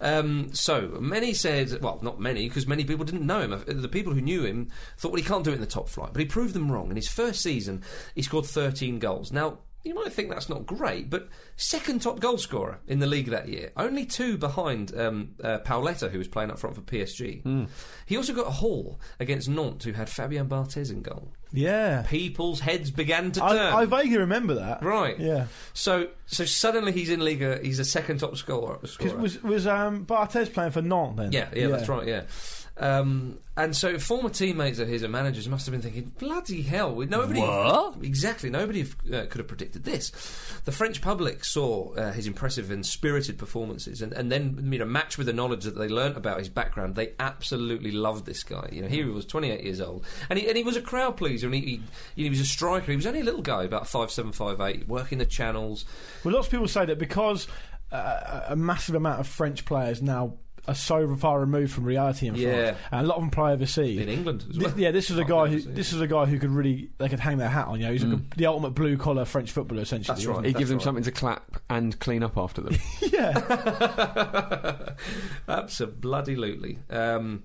Um, so, many said, well, not many, because many people didn't know him. Uh, The people who knew him thought, well, he can't do it in the top flight, but he proved them wrong. In his first season, he scored 13 goals. Now, you might think that's not great, but second top goal scorer in the league that year, only two behind um, uh, Pauletta, who was playing up front for PSG.
Hmm.
He also got a haul against Nantes, who had Fabian Barthez in goal.
Yeah.
People's heads began to turn.
I, I vaguely remember that.
right.
Yeah.
So, so suddenly he's in Liga. He's a second top scorer.
Because
scorer.
was was um, Barthez playing for Nantes then?
Yeah, yeah, that's right. Yeah. Um, and so former teammates of his and managers must have been thinking, bloody hell, we- nobody exactly nobody uh, could have predicted this. The French public saw uh, his impressive and spirited performances, and, and then you know matched with the knowledge that they learnt about his background, they absolutely loved this guy. You know, here he was, 28 years old, and he and he was a crowd pleaser, and he he, you know, he was a striker. He was only a little guy, about five seven, five eight, working the channels.
Well, lots of people say that because uh, a massive amount of French players now are so far removed from reality in
Yeah.
France, and a lot of them play overseas.
In England as
Thi-
well.
yeah, this is a
Can't
guy who
believe it.
this is a guy who could really they could hang their hat on. You know, he's like a, the ultimate blue collar French footballer essentially.
That's right.
wasn't
He
That's
gives them
right.
something to clap and clean up after them.
he? yeah,
Absolutely. Um,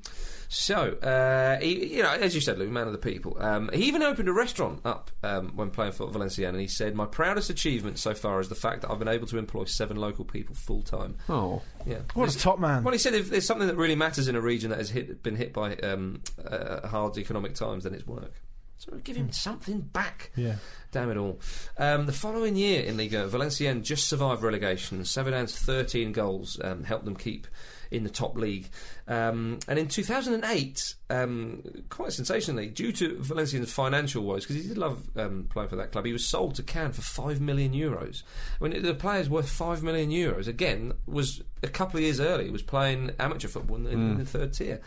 so, uh, he, you know, as you said, Lou, man of the people. Um, he even opened a restaurant up um, when playing for Valenciennes, and he said, "My proudest achievement so far is the fact that I've been able to employ seven local people full time."
Oh,
Yeah,
what a top man.
well, he said if there's something that really matters in a region that has hit, been hit by um, uh, hard economic times, then it's work. So give him something back.
Yeah.
Damn it all. Um, the following year in Liga, Valenciennes just survived relegation. Sevedan's 13 goals um, helped them keep in the top league. Um, and in 2008, um, quite sensationally, due to Valenciennes' financial woes, because he did love um, playing for that club, he was sold to Cannes for 5 million euros. I mean, the player's worth 5 million euros. Again, was a couple of years early, he was playing amateur football in, the- in the third tier.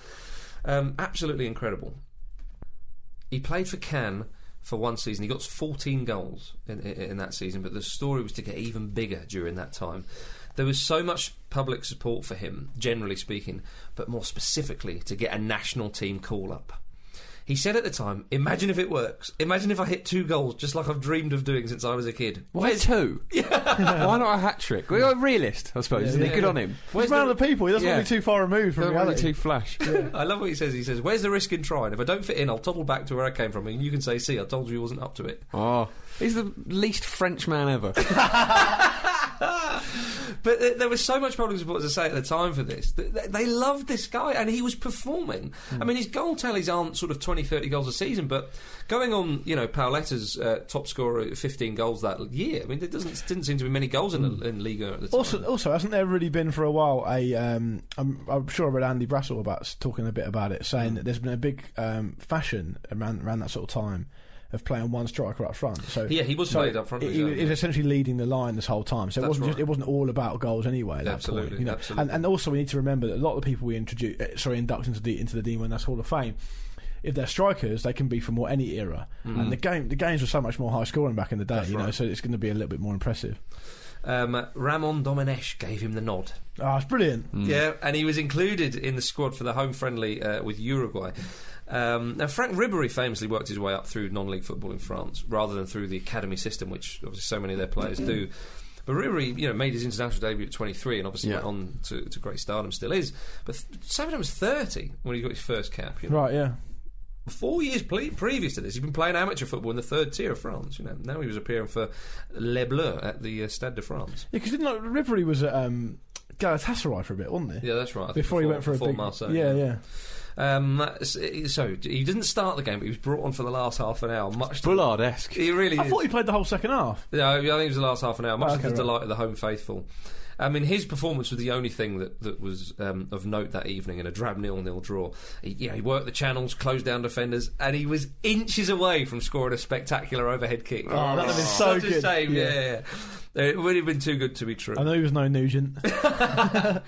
Um, absolutely incredible. He played for Cannes for one season. He got 14 goals in, in, in that season, but the story was to get even bigger during that time. There was so much public support for him, generally speaking, but more specifically to get a national team call up. He said at the time, Imagine if it works. Imagine if I hit two goals just like I've dreamed of doing since I was a kid.
why two? why not a hat trick? Well, a realist, I suppose. Isn't he?
yeah,
Good
yeah.
on him.
He's man of the people. He doesn't
Yeah.
want to be too far removed from
Don't want
reality.
you to flash.
I love what he says. He says, Where's the risk in trying? If I don't fit in, I'll toddle back to where I came from, and you can say, See, I told you you wasn't up to it.
Oh, he's the least French man ever.
But th- there was so much public support, as I say, at the time for this. Th- th- They loved this guy, and he was performing. I mean, his goal tallies aren't sort of 20, 30 goals a season, but going on, you know, Pauletta's uh, top scorer, 15 goals that year, I mean, there doesn't, didn't seem to be many goals in, the in Liga at the time.
Also, also, hasn't there really been for a while a? Um, I'm, I'm sure I read Andy Brassel about s- talking a bit about it,
Hmm.
saying that there's been a big um, fashion around, around that sort of time of playing one striker up front. So
Yeah, he was
so
played up front,
He,
yeah.
he was essentially leading the line this whole time. So
That's
it wasn't just,
right.
it wasn't all about goals anyway. At that
Absolutely,
point, you know?
absolutely.
And, and also we need to remember that a lot of the people we introduce, uh, sorry, induct into the into the Dean Wenders Hall of Fame. If they're strikers, they can be from what any era, and the game the games were so much more high scoring back in the day, you know.
Hmm. right.
So it's going to be a little bit more impressive.
Um, Ramon Domenech gave him the nod.
Ah, it's brilliant.
Yeah, and he was included in the squad for the home friendly uh, with Uruguay. Um, now, Frank Ribery famously worked his way up through non league football in France rather than through the academy system, which obviously so many of their players do. But Ribery, you know, made his international debut at 23 and obviously
Yeah.
went on to, to great stardom, still is. But th- Savin was 30 when he got his first cap. You know.
Right, yeah.
Four years ple- previous to this, he'd been playing amateur football in the third tier of France. You know, now he was appearing for Les Bleus at the uh, Stade de France.
Yeah, because didn't like, Ribery was at um, Galatasaray for a bit, wasn't he?
Yeah, that's right. I think
Before, he went for a
before
big.
Marseille.
yeah, yeah.
Um, so he didn't start the game, but he was brought on for the last half an hour. Much to-
Bullard esque.
He really.
I
is.
thought he played the whole second half.
No, I think it was the last half an hour. Much
Oh,
to
okay,
the
right.
delight of the home faithful. I mean, his performance was the only thing that, that was um, of note that evening in a drab nil-nil draw. He, you know, he worked the channels, closed down defenders, and he was inches away from scoring a spectacular overhead kick. Oh,
that'd have been so
such a
good.
shame. Yeah.
Yeah.
yeah, yeah. It would have been too good to be true.
I know he was no Nugent.
Well,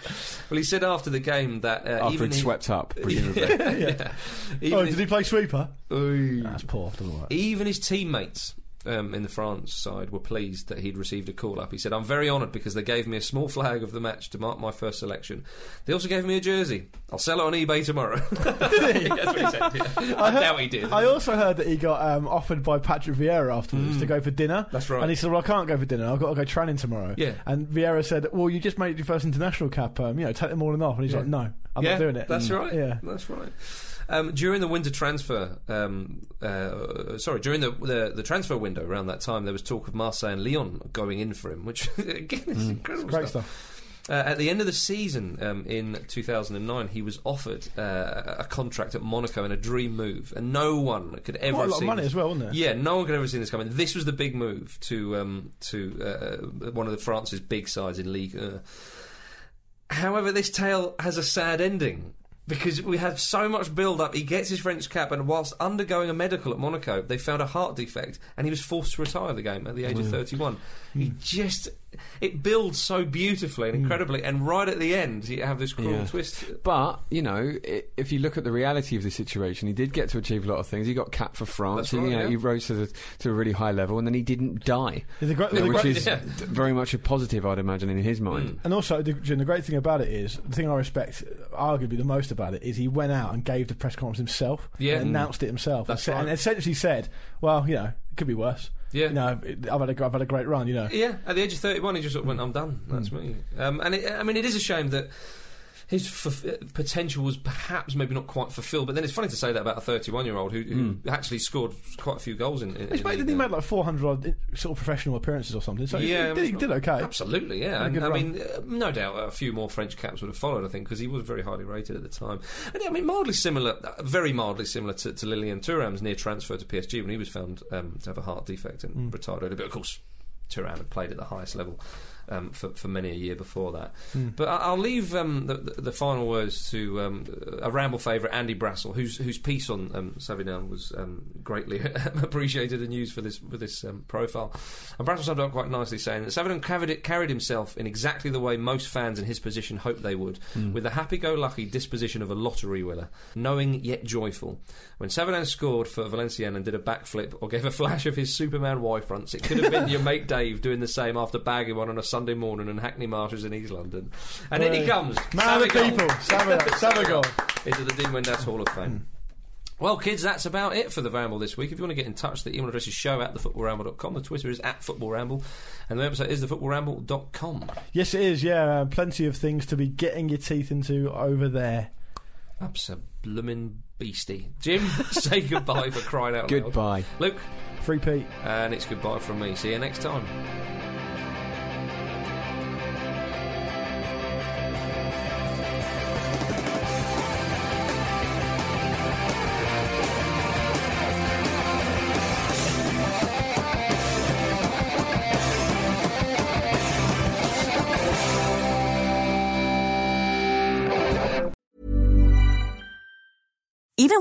he said after the game that uh,
After
even
he'd
he-
swept up, presumably.
yeah. Even
oh,
his-
did he play sweeper?
Ooh.
That's poor. Doesn't work.
Even his teammates um, in the France side were pleased that he'd received a call up. He said, I'm very honoured because they gave me a small flag of the match to mark my first selection. They also gave me a jersey. I'll sell it on eBay tomorrow.
Did he?
That's what he said. yeah. I,
I heard-
doubt he did.
I also heard that he got um, offered by Patrick Vieira afterwards to go for dinner.
Mm. That's right.
And he said, "Well, I can't go for dinner. I've got to go training tomorrow."
Yeah.
And Vieira said, "Well, you just made your first international cap. Um, you know, take the morning off." And he's
Yeah.
like, "No, I'm
yeah,
not doing it."
That's
Mm.
right.
Yeah.
that's right. Um, during the winter transfer, um, uh, sorry, during the, the the transfer window around that time, there was talk of Marseille and Lyon going in for him, which again is incredible
Mm. Great
stuff.
stuff.
Uh, at the end of the season um, in 2009, he was offered uh, a- a contract at Monaco in a dream move, and no one could ever
Quite a
have
lot of
seen
money
this-
as well, wasn't it?
Yeah, no one could ever see this coming. This was the big move to um, to uh, one of the France's big sides in League. Uh. However, this tale has a sad ending because we have so much build up. He gets his French cap, and whilst undergoing a medical at Monaco, they found a heart defect, and he was forced to retire the game at the age of 31. He just. It builds so beautifully and incredibly, and right at the end, you have this cruel
Yeah.
twist.
But you know, i- if you look at the reality of the situation, he did get to achieve a lot of things. He got capped for
That's
France. he,
right,
you know,
yeah.
he rose to the, to a really high level, and then he didn't die,
He's a great-
you know,
he's a
which
great-
is
yeah.
d- very much a positive, I'd imagine, in his mind.
And also, the, Jim, the great thing about it is the thing I respect, arguably the most about it, is he went out and gave the press conference himself.
Yeah. Mm.
and announced it himself.
That's
and, said-
right.
and essentially said, "Well, you know, it could be worse.
Yeah.
you know, it- I've had a, gr- I've had a great run. You know,
Yeah, at the age of 31, he just sort of went, I'm done. That's me. Um, and it, I mean, it is a shame that his f- uh, potential was perhaps maybe not quite fulfilled, but then it's funny to say that about a 31 year old who, who actually scored quite a few goals in. in in
He's
the
made, didn't he
league
make like 400 odd sort of professional appearances or something? So he-
Yeah,
he, did, he did okay.
Absolutely, yeah.
Had a
And,
good
I
run.
mean, uh, no doubt a few more French caps would have followed, I think, because he was very highly rated at the time. And I mean, mildly similar, uh, very mildly similar to, to Lilian Thuram's near transfer to PSG when he was found um, to have a heart defect and
Mm.
retired early. But of course, Thuram had played at the highest level. Um, for, for many a year before that,
Mm.
but I- I'll leave um, the, the, the final words to um, a ramble favourite, Andy Brassel, whose whose piece on um, Savinel was um, greatly appreciated and used for this for this um, profile. And Brassel summed up quite nicely, saying that Savinel carried, it- carried himself in exactly the way most fans in his position hoped they would,
Hmm.
with the happy-go-lucky disposition of a lottery winner, knowing yet joyful. When Savinel scored for Valenciennes and did a backflip or gave a flash of his Superman Y fronts, it could have been your mate Dave doing the same after bagging one on a Sunday morning in Hackney Marshes in East London. And in he
Hey.
comes,
Man of the
Savigol.
people, Hmm. Savigol, Savigol.
into the Dean Windass Hall of Fame. Well, kids, that's about it for the Ramble this week. If you want to get in touch, the email address is show at thefootballramble.com. The Twitter is at footballramble. And the website is thefootballramble.com.
Yes, it is. Yeah, uh, plenty of things to be getting your teeth into over there.
Absolumin beastie. Jim, say goodbye for crying out loud.
Goodbye.
Luke,
Free Pete.
and it's goodbye from me. See you next time.
Even